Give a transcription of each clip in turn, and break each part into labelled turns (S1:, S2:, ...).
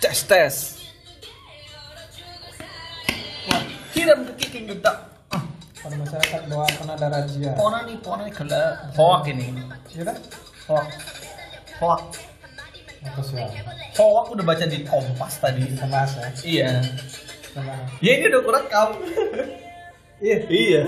S1: Cek tes. Wah, Hiram kekiking juga.
S2: Pada masyarakat bahwa akan ada razia.
S1: Pona nih, pona nih kela. Hoak ini.
S2: Iya dah?
S1: Hoak. Hoak.
S2: Apa sih? ya?
S1: Hoak udah baca di Kompas tadi.
S2: Kita bahas ya.
S1: Iya.
S2: Kita bahas.
S1: Ya ini udah aku rekam.
S2: Iya.
S1: iya.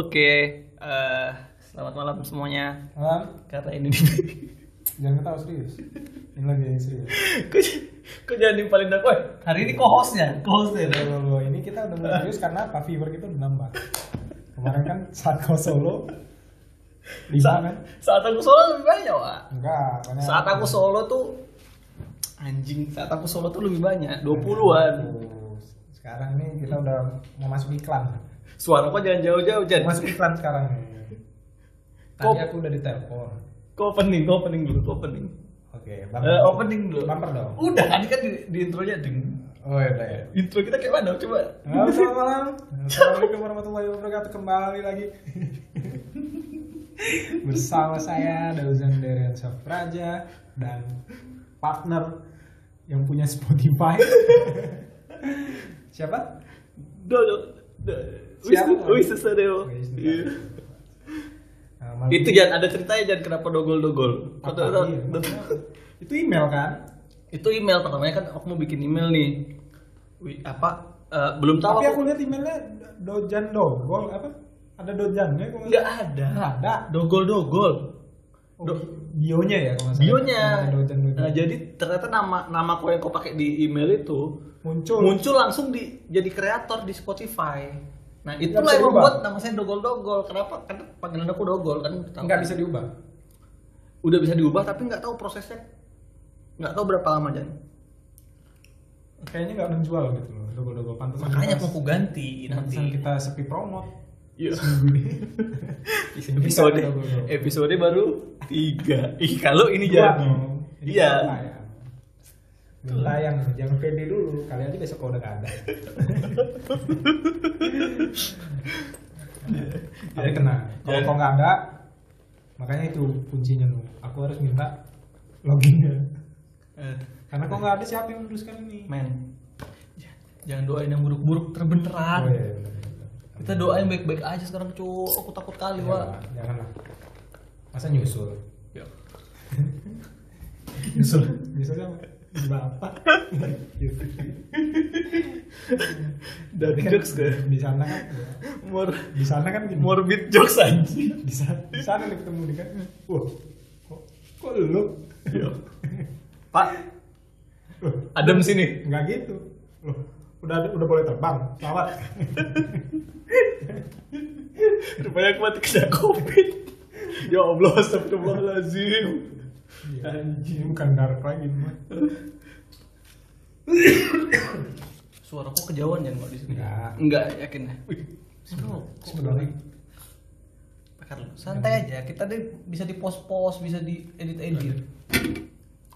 S1: Oke, eh, selamat malam semuanya.
S2: Malam.
S1: Karena ini
S2: Jangan ketawa serius. Ini lagi yang serius.
S1: kok, kok jangan nimpalin aku? Eh, hari ini co-hostnya, co-hostnya.
S2: Kalau lo ini kita udah mulai serius karena apa? Viewer kita udah nambah. Kemarin kan saat kau solo.
S1: Saat,
S2: Lima kan?
S1: saat aku solo lebih banyak, Wak.
S2: Enggak. banyak.
S1: Saat aku solo tuh anjing, saat aku solo tuh lebih banyak, 20-an.
S2: Tuh. Sekarang nih kita udah mau masuk iklan.
S1: Suara kok jangan jauh-jauh, Jan.
S2: Masuk iklan sekarang nih. Tadi
S1: Kok-
S2: aku udah ditelepon.
S1: Kok opening, kok opening dulu, kok opening.
S2: Oke,
S1: Eh, opening dulu.
S2: Bumper dong.
S1: Udah, tadi kan di, di intronya deng.
S2: Oh iya, udah ya.
S1: Intro kita kayak mana? Coba.
S2: Halo, selamat malam. Assalamualaikum warahmatullahi wabarakatuh. Kembali lagi bersama saya Dauzan Derian Safraja dan partner yang punya Spotify. Siapa?
S1: Do do. do.
S2: Siapa?
S1: Wis- Wis sesadeo.
S2: Wis sesadeo.
S1: Iya.
S2: Nah, malam
S1: Itu ya.
S2: ini-
S1: Jan, ada ceritanya Jan kenapa dogol-dogol. Kau
S2: Apa?
S1: tahu-
S2: Iya.
S1: tahu-
S2: itu email kan?
S1: Itu email pertamanya kan aku mau bikin email nih. Wi- apa eh, belum tahu
S2: Tapi
S1: aku-
S2: aku lihat emailnya Dojan Dogol apa? Ada Dojannya kok
S1: nggak ada.
S2: ada.
S1: Dogol-dogol.
S2: Oh,
S1: Do-
S2: bionya ya kalau nggak salah.
S1: bionya.
S2: Ada Dojan Dogol.
S1: Nah, jadi ternyata nama nama kau yang kau pakai di email itu
S2: muncul.
S1: muncul langsung di jadi kreator di Spotify. Nah,
S2: Nggak
S1: itulah
S2: bisa
S1: yang
S2: diubah.
S1: membuat nama saya dogol-dogol. Kenapa? Karena panggilan aku dogol kan. tahu.
S2: Nggak bisa diubah.
S1: Udah bisa diubah tapi nggak tahu prosesnya. Nggak tahu berapa lama Jan.
S2: Kayaknya nggak menjual gitu loh. Dogol-dogol pantas.
S1: Makanya mau aku ganti nanti.
S2: Nanti kita sepi promote.
S1: Iya.
S2: Bisa
S1: episode
S2: dogol-dogol.
S1: episode baru tiga. Ih, kalau ini
S2: Dua
S1: jadi.
S2: dong. Ini
S1: Iya.
S2: dua ya. Belum tayang, jangan pede dulu. Kali aja besok kalau udah nggak ada. Tapi tenang, kalau
S1: Jangan.
S2: kau nggak ada, makanya itu kuncinya lu. Aku harus minta loginnya.
S1: Eh,
S2: Karena kau nggak ada siapa yang meneruskan ini?
S1: men. Jan, Jangan doain yang buruk-buruk terbeneran.
S2: iya, iya, bener, bener.
S1: Kita doain baik-baik aja sekarang, cu. Aku takut kali,
S2: Janganlah,
S1: Wak.
S2: janganlah. Masa nyusul?
S1: Ya.
S2: Nyusul, nyusul siapa? Bapak.
S1: Dari jokes ke
S2: Di sana kan, ya.
S1: mor
S2: di sana kan gini.
S1: morbid jokes anjing.
S2: Di sana, di sana nih ketemu nih kan. Wah, kok, kok lu?
S1: Yo. Pak,
S2: Loh,
S1: Adam sini.
S2: Nggak gitu. Loh, udah udah boleh terbang. Selamat.
S1: Rupanya aku mati kena covid. ya Allah, astagfirullahaladzim.
S2: Anjing, Iya. bukan dark lagi mah.
S1: Suara kok kejauhan jangan Pak di sini.
S2: Enggak.
S1: Enggak, yakin. ya? Wih,
S2: Sebenarnya
S1: Pakar lu. Santai aja, kita deh bisa di-post-post, bisa di-edit-edit.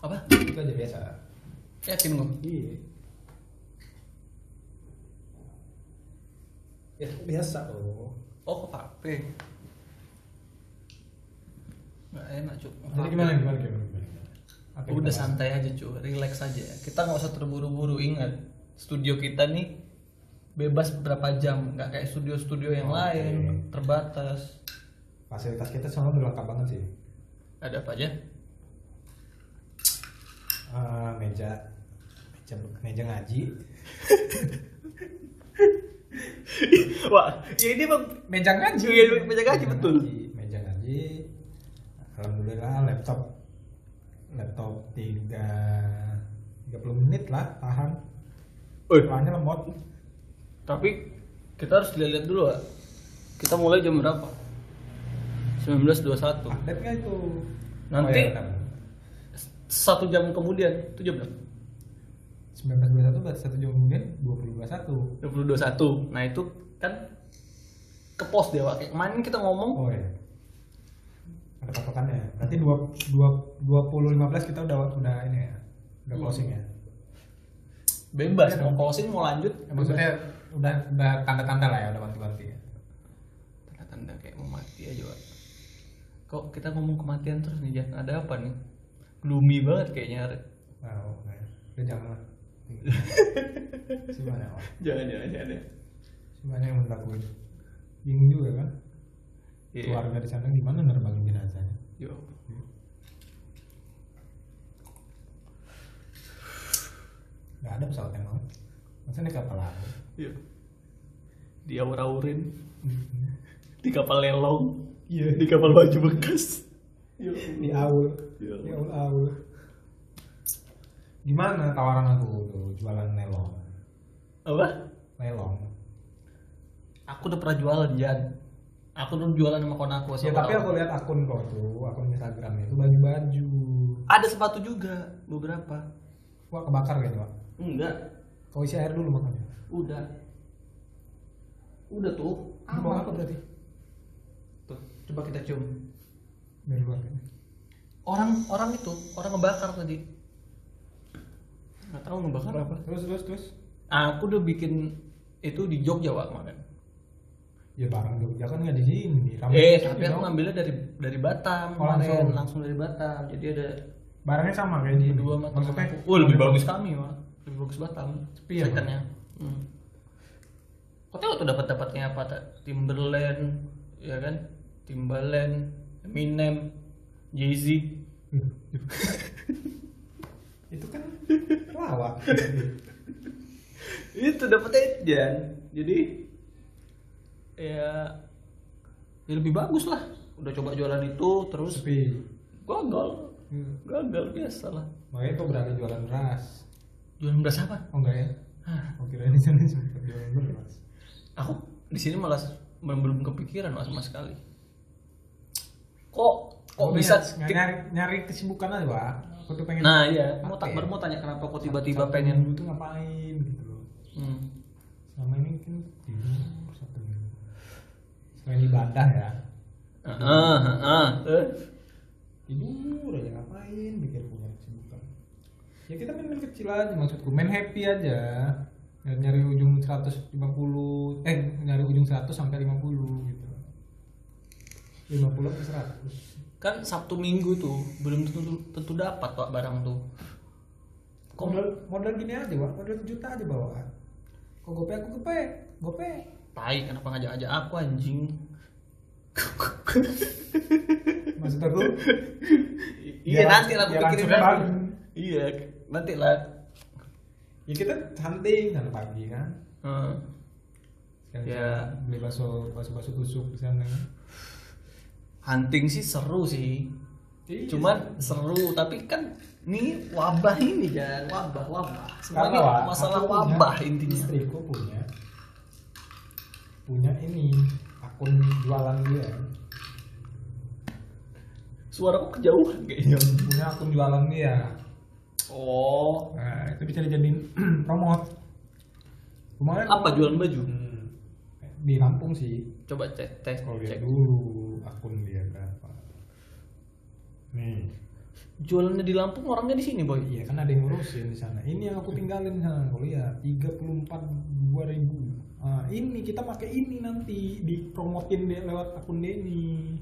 S1: Apa?
S2: itu aja biasa.
S1: Yakin gua.
S2: Iya. Ya, biasa loh.
S1: Oh, ke HP. Enggak enak, Cuk.
S2: Jadi gimana gimana gimana? gimana? Apa yang
S1: Udah
S2: kita bahas?
S1: santai aja cuy, relax aja. Kita nggak usah terburu-buru. Ingat, studio kita nih bebas berapa jam, nggak kayak studio-studio yang
S2: Oke.
S1: lain terbatas.
S2: Fasilitas kita soalnya udah lengkap banget sih.
S1: Ada apa aja?
S2: Eh, meja, meja, meja ngaji.
S1: Wah, ya ini bang
S2: Meja ngaji.
S1: Iya, meja ngaji, betul.
S2: Meja ngaji. Alhamdulillah laptop, laptop tiga, 30 menit lah tahan. Soalnya lemot.
S1: tapi kita harus lihat dulu Wak. Kita mulai jam berapa? 19.21.
S2: Update nggak itu?
S1: Nanti.
S2: Oh, iya, bentar.
S1: Satu jam kemudian, itu jam berapa?
S2: 1921 berarti satu jam kemudian 2021
S1: 20.21. Nah itu kan ke pos deh Wak. Kayak kemarin kita ngomong
S2: oh ya ada
S3: Hmm.
S2: patokannya berarti dua dua dua puluh lima belas kita udah udah ini ya udah closing ya
S1: Bebas mau closing mau lanjut
S3: Maksudnya udah udah tanda-tanda lah ya udah bantu-bantu ya.
S1: tanda-tanda kayak mau mati aja Wak. kok kita ngomong kematian terus nih Jan ada apa nih gloomy banget kayaknya Ar.
S2: Ah, oh,
S3: Wow, nah, udah jangan lah.
S2: Si banyak orang.
S1: jangan jangan jangan ya.
S2: Si banyak oh? yang mendakuin. Bingung juga kan?
S1: Iya.
S2: Keluarga di sana gimana nerbangin jenazahnya?
S1: Yo.
S2: Gak ada pesawat yang mau. Masa naik kapal aku?
S1: Yo. Dia aur-aurin di kapal lelong. Iya, di kapal baju bekas. Yo.
S2: Di aul.
S1: Iya.
S2: Di aul aul.
S3: Gimana tawaran aku tuh jualan nelong?
S1: Apa?
S3: Nelong.
S1: Aku udah pernah jualan, Jan. Aku dulu jualan sama konaku
S2: Ya
S1: sama
S2: tapi
S1: orang.
S2: aku lihat akun kau tuh, akun Instagramnya itu baju-baju.
S1: ada sepatu juga beberapa.
S2: Wah kebakar kayaknya, Wak.
S1: Enggak,
S2: Kau isi air dulu makanya.
S1: udah. Udah tuh.
S2: Ini bawang apa berarti?
S1: Tuh, coba kita cium.
S2: Dari luar kayaknya.
S1: Orang orang itu, orang ngebakar tadi. Nggak tahu ngebakar apa.
S2: Terus terus terus.
S1: Aku udah bikin itu di Jogja, Wak, kemarin.
S2: Ya barang Jogja kan nggak di sini. Kamu-
S1: Eh, tapi aku ngambilnya dari dari Batam
S2: Oh,
S1: kemarin, langsung.
S2: langsung.
S1: dari Batam. Jadi ada
S2: Barangnya sama kayak di
S1: dua mata
S2: Maksudnya
S1: aku. Oh, lebih bagus kami, Wak. Lebih bagus Batam.
S2: Sepi ya, Wak?
S1: Secondnya. Hmm. Kau tahu tuh dapat dapatnya apa? Ta? Timberland, ya kan? Timbaland, Eminem, Jay-Z.
S2: itu kan lawak.
S1: itu dapatnya itu, Jan. Jadi ya ya lebih bagus lah. Udah coba jualan itu terus
S2: Sepi.
S1: gagal.
S2: Hmm.
S1: Gagal biasa lah.
S2: Makanya kau berani jualan beras.
S1: Jualan beras apa?
S2: Oh enggak ya? Kau kira di sana sempat jualan beras.
S1: aku di sini malah belum kepikiran mas sama sekali kok kok
S2: Kamu
S1: bisa
S2: Iya, nyari, nyari, nyari kesibukan aja, Wak. Kau tuh pengen
S1: nah iya mau tak
S2: Apa ya?
S1: baru mau tanya kenapa kok tiba-tiba pengen
S2: itu ngapain gitu loh.
S1: hmm.
S2: Selama ini kan tidur satu minggu. Selain ibadah ya.
S1: Ah, ah, ah, eh.
S2: tidur aja ngapain pikir punya kesibukan ya kita main-main kecil aja maksudku main happy aja nyari, nyari ujung 150 eh nyari ujung 100 sampai 50 gitu 50 ke 100
S1: kan sabtu minggu tuh belum tentu tentu dapat pak barang tuh kok
S2: modal modal gini aja wak modal sejuta aja bawa kok gope aku gope gope
S1: tai kenapa ngajak-ajak aku anjing
S2: maksud aku
S1: iya
S2: Ya,
S1: nanti lah aku
S2: ya
S1: pikirin
S2: langsung
S1: nanti.
S2: bang.
S1: iya nanti lah
S2: ya kita hunting kan pagi kan
S1: Eh,
S2: Sekalian
S1: Ya.
S2: beli bakso bakso bakso tusuk di sana kan
S1: hunting sih seru sih
S2: Iya.
S1: cuman seru tapi kan ini wabah ini kan wabah wabah
S2: Karena
S1: semuanya
S2: Wak,
S1: masalah
S2: aku punya-
S1: wabah intinya
S2: Istriku punya punya ini akun jualan dia.
S1: suaraku kejauhan kayaknya
S2: Punya akun jualan dia.
S1: oh
S2: Nah, itu bisa dijadiin promote. Kemarin
S1: apa jualan baju
S2: Hmm, di Lampung sih.
S1: coba cek tes
S2: Kalau lihat
S1: cek
S2: dulu akun dia berapa. Nih.
S1: jualannya di Lampung orangnya di sini boy
S2: Iya kan ada yang ngurusin di sana. Ini yang aku tinggalin di sana. Iya, Kau lihat 34 2000. Ah, ini kita pakai ini nanti dipromotin dia lewat akun dia ini.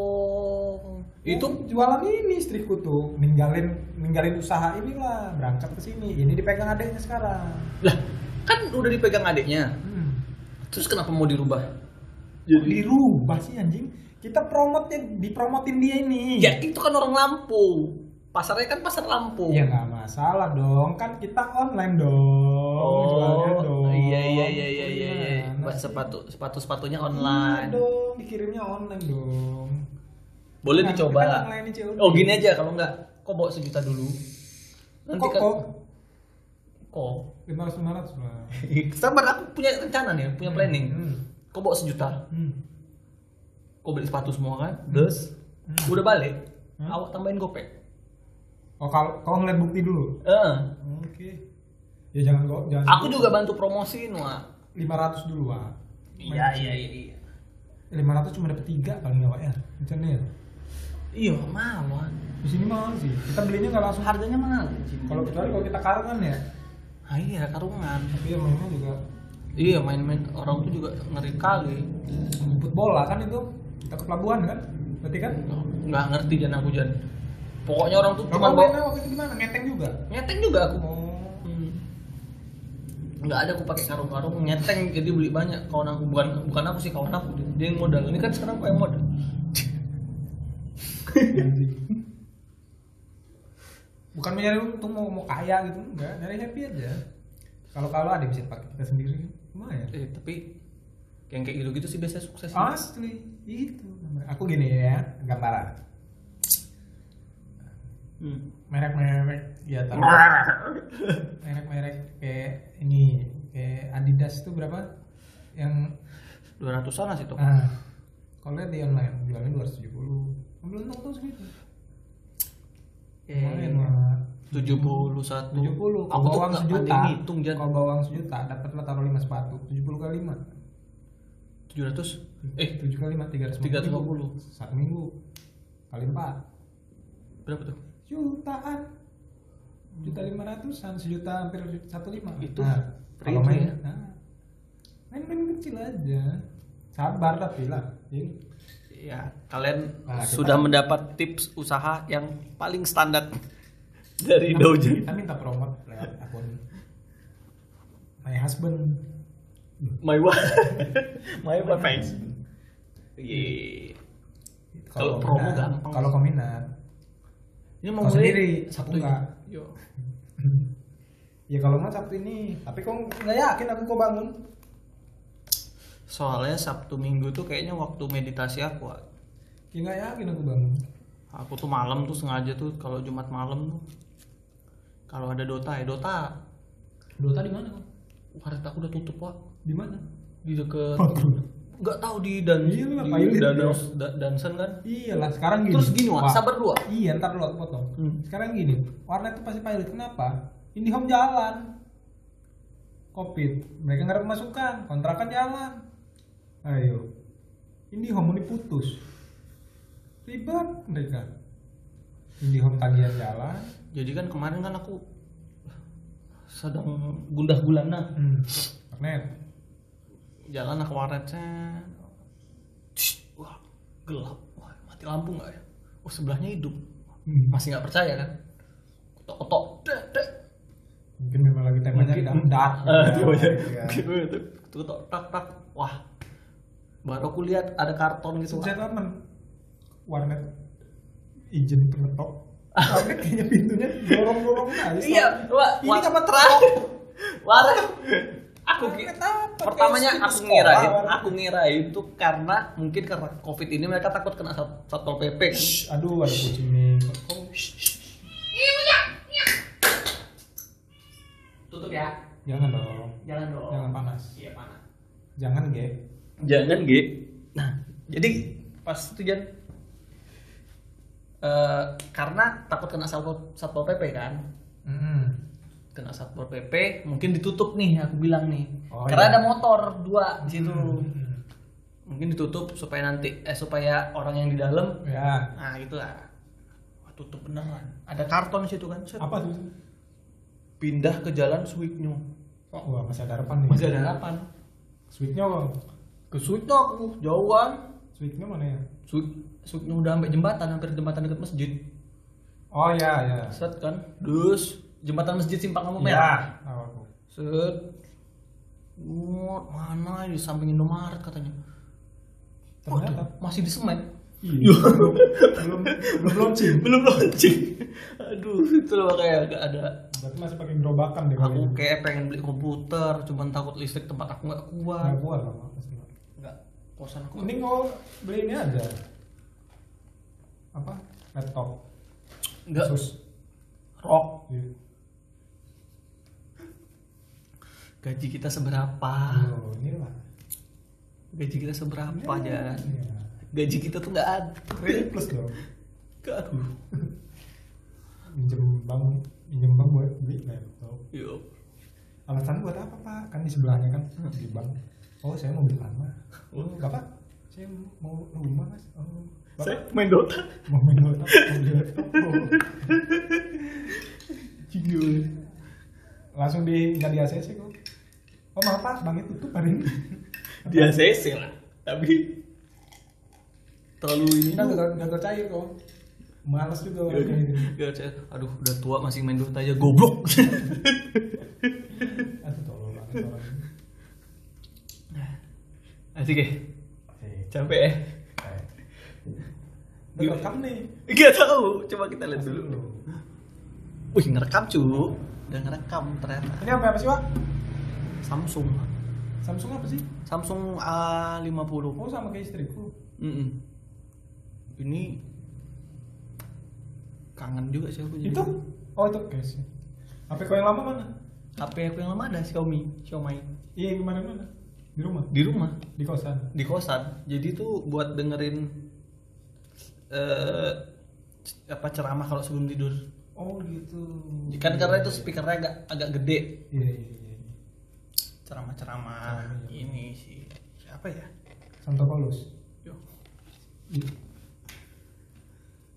S1: oh itu
S2: itu jualan ini istriku tuh ninggalin ninggalin usaha inilah berangkat ke sini ini dipegang adiknya sekarang
S1: lah kan udah dipegang adiknya
S2: hmm.
S1: terus kenapa mau dirubah
S2: jadi dirubah sih anjing kita promotnya dipromotin dia ini
S1: ya itu kan orang Lampung pasarnya kan pasar Lampung
S2: ya nggak masalah dong kan kita online dong jualnya dong
S1: Oh, iya iya iya iya iya. iya.
S2: Gimana
S1: Buat
S2: sih?
S1: sepatu sepatu sepatunya
S2: Iya
S1: online.
S2: dong dikirimnya online dong
S1: Boleh
S2: Kan
S1: dicoba.
S2: kita online-nya COD.
S1: Oh gini aja kalau enggak, kok bawa sejuta dulu. Nanti
S2: kok
S1: kan
S2: kok
S1: kok.
S2: lima ratus lima ratus lah
S1: Sabar aku punya rencana nih, punya planning.
S2: hmm.
S1: Kok bawa sejuta?
S2: Hmm.
S1: Kok beli sepatu semua kan? Terus udah balik,
S2: Hmm.
S1: awak tambahin gopay.
S2: oh kalau kalau ngeliat bukti dulu
S1: Eh,
S2: oke ya jangan kok jangan
S1: aku juga bantu promosiin wah.
S2: 500 dulu Wak
S1: Iya iya iya. iya.
S2: 500 Eh, cuma dapat 3 paling nggak Wak ya Misalnya ya
S1: Iya mahal Wak.
S2: Di sini mahal sih Kita belinya nggak langsung
S1: Harganya mahal.
S2: Kalau kecuali kalau kita karangan ya
S1: ah iya karungan
S2: tapi ya mainnya juga
S1: iya main-main orang tuh juga ngeri kali
S2: jemput bola kan itu kita ke pelabuhan kan berarti kan
S1: nggak ngerti Jan aku Jan pokoknya orang tuh
S2: Kamu
S1: cuma
S2: main
S1: bawa
S2: waktu itu gimana? Ngeteng juga?
S1: nyeteng juga aku
S2: Oh,
S1: Hmm. nggak ada aku pakai karung-karung nyeteng jadi beli banyak kawan aku bukan bukan aku sih kawan aku dia yang modal ini kan sekarang aku yang modal
S2: bukan mencari untung mau mau kaya gitu enggak nyari happy aja kalau kalau ada yang bisa pakai kita sendiri kan lumayan
S1: eh, tapi yang kayak gitu-gitu sih biasanya sukses
S2: asli itu namanya. aku gini ya gambaran
S1: Hmm.
S2: merek-merek ya tahu merek-merek kayak ini kayak Adidas itu berapa yang
S1: 200-an lah sih tuh
S2: ah kalau lihat di online jualnya 270 belum untung tuh segitu lumayan lah
S1: 71
S2: 70 puluh
S1: aku tuh
S2: bawang
S1: nggak
S2: sejuta
S1: pandai ngitung Jan
S2: kalau bawang sejuta dapatlah taruh 5 sepatu 70 kali 5
S1: 700 eh
S2: 7 kali 5 350
S1: 350
S2: satu minggu kali 4
S1: berapa tuh
S2: jutaan juta lima ratusan sejuta hampir satu lima
S1: Itu
S2: kalau
S1: retail ya?
S2: main nah, main main kecil aja sabar tapi lah Jil.
S1: ya kalian
S2: Nah, kita-
S1: sudah mendapat tips usaha yang paling standar dari Dojan
S2: kita minta promote lewat akun my husband
S1: my wife my wife Yeay. Kalau promo
S2: minat-
S1: gampang.
S2: kalau kau minat
S1: ini beli
S2: Kau sendiri, aku nggak.
S1: Yo.
S2: ya kalau mau Sabtu ini tapi kau nggak yakin aku kau bangun
S1: soalnya Sabtu Minggu tuh kayaknya waktu meditasi aku Wak.
S2: ya nggak yakin aku bangun
S1: aku tuh malam tuh sengaja tuh kalau Jumat malam tuh kalau ada Dota ya Dota
S2: Dota di mana kau
S1: warnet aku udah tutup pak
S2: di mana
S1: di deket nggak tahu di dan
S2: Iya, lu
S1: di
S2: ngapain lu?
S1: dan dan dansan kan
S2: iyalah sekarang gini
S1: terus gini wah
S2: Wah,
S1: sabar dulu Wak.
S2: iya ntar dulu aku potong
S1: Hmm.
S2: sekarang gini warnet itu pasti pilot kenapa IndiHome jalan covid mereka nggak ada pemasukan kontrakan jalan ayo IndiHome mau diputus ribet mereka IndiHome tagihan jalan
S1: jadi kan kemarin kan aku sedang gundah gulana
S2: hmm. magnet
S1: jalan aku waretnya wah gelap wah mati lampu nggak ya oh sebelahnya hidup
S2: Hmm.
S1: masih nggak percaya kan ketok ketok dek dek
S2: mungkin memang lagi temanya
S1: Mungkin.
S2: dark dark
S1: Eh,
S2: gitu
S1: tuh, ya.
S2: ya.
S1: Gitu, gitu. ketok tak tak wah baru aku lihat ada karton gitu
S2: Saya teman warnet izin pengetok. Warnet kayaknya pintunya dorong-dorong aja.
S1: Iya, wah,
S2: Ini
S1: wah.
S2: kapan terakhir?
S1: Warna aku
S2: Warna
S1: ki-
S2: kenapa?
S1: pertamanya
S2: Kayak
S1: aku
S2: sekolah,
S1: ngirain,
S2: warna.
S1: aku ngirain itu karena mungkin karena covid ini mereka takut kena sat- satpol pp kan.
S2: Aduh, ada kucing nih.
S1: Iya, Tutup ya,
S2: Jangan dong.
S1: jalan dong.
S2: Jangan panas.
S1: Iya panas.
S2: Jangan, Ge.
S1: Jangan ge. Nah, jadi pas itu Jan eh, karena takut kena satpol satpol pp kan.
S2: Mm.
S1: kena satpol pp mungkin ditutup nih aku bilang nih
S2: Oh,
S1: karena
S2: iya. Hmm.
S1: ada motor dua di situ mungkin ditutup supaya nanti eh supaya orang yang di dalam
S2: Ya.
S1: nah gitu lah Wah, tutup beneran ada karton di situ kan Set.
S2: Apa tuh?
S1: pindah ke jalan Swignyo
S2: Oh, wah, masih ada harapan nih.
S1: masih ada harapan
S2: Sweetnya, Bang.
S1: ke Swignyo aku jauhan
S2: Sweetnya mana ya?
S1: Swig- Swignyo udah sampai jembatan hampir jembatan dekat masjid
S2: Oh, ya, ya.
S1: set kan dus jembatan masjid simpang kamu
S2: Ya.
S1: merah
S2: Tahu aku.
S1: Set. Wah, mana di samping Indomaret katanya.
S2: Ternyata.
S1: Waduh, masih di semen.
S2: Iya. belum belum belum launching.
S1: Belum launching. Aduh, itu loh kayak agak ada.
S2: Berarti masih pakai gerobakan deh kali.
S1: Aku
S2: ini.
S1: kayak pengen beli komputer, cuman takut listrik tempat aku nggak kuat.
S2: Nggak kuat lah, Bang. Pasti.
S1: Nggak, kosan aku.
S2: Mending kau beli ini aja. Apa? Laptop.
S1: Nggak,
S2: Asus.
S1: rock.
S2: Iya.
S1: Gaji kita seberapa?
S2: Oh, ini lah.
S1: Gaji kita seberapa, Jan?
S2: Iya.
S1: Gaji kita tuh nggak ada.
S2: Kredit plus dong.
S1: Nggak, Aduh.
S2: Minjem bank, minjem bank buat beli laptop.
S1: Yuk.
S2: Alasan buat apa pak? Kan di sebelahnya kan di bank. Oh saya mau beli rumah. Oh bapak, saya mau rumah mas. Oh
S1: Saya
S2: bapak
S1: main Dota.
S2: mau main laptop, mau beli laptop. Oh.
S1: Jingle.
S2: Oh, langsung di nggak di ACC kok oh maaf pak banknya tutup hari ini
S1: Dia ACC lah. Tapi terlalu ini
S2: kita udah udah cair kok males juga
S1: Iya.
S2: orang kayak gitu
S1: Gak percaya. Aduh, udah tua masih main Dota aja goblok.
S2: aduh tolong banget orang ini.
S1: Asik ya? Capek ya?
S2: Udah rekam nih
S1: Gak tahu. Coba kita lihat dulu. Wih, ngerekam cu. Udah ngerekam ternyata.
S2: ini apa apa sih pak
S1: Samsung.
S2: Samsung apa sih
S1: Samsung A50.
S2: oh sama kayak istriku
S1: Mm-mm. Ini kangen juga sih aku jadi.
S2: itu oh itu guys HP kau yang lama mana
S1: HP aku yang lama ada Xiaomi, Xiaomi.
S2: iya yang kemarin mana di rumah
S1: Di rumah,
S2: di kosan
S1: di kosan. Jadi tuh buat dengerin eh apa ceramah kalau sebelum tidur.
S2: oh gitu
S1: Kan karena itu speakernya agak agak gede.
S2: iya iya iya iya.
S1: Ceramah-ceramah ini sih. Siapa ya?
S2: Santo Paulus
S1: Yo.
S2: Iya.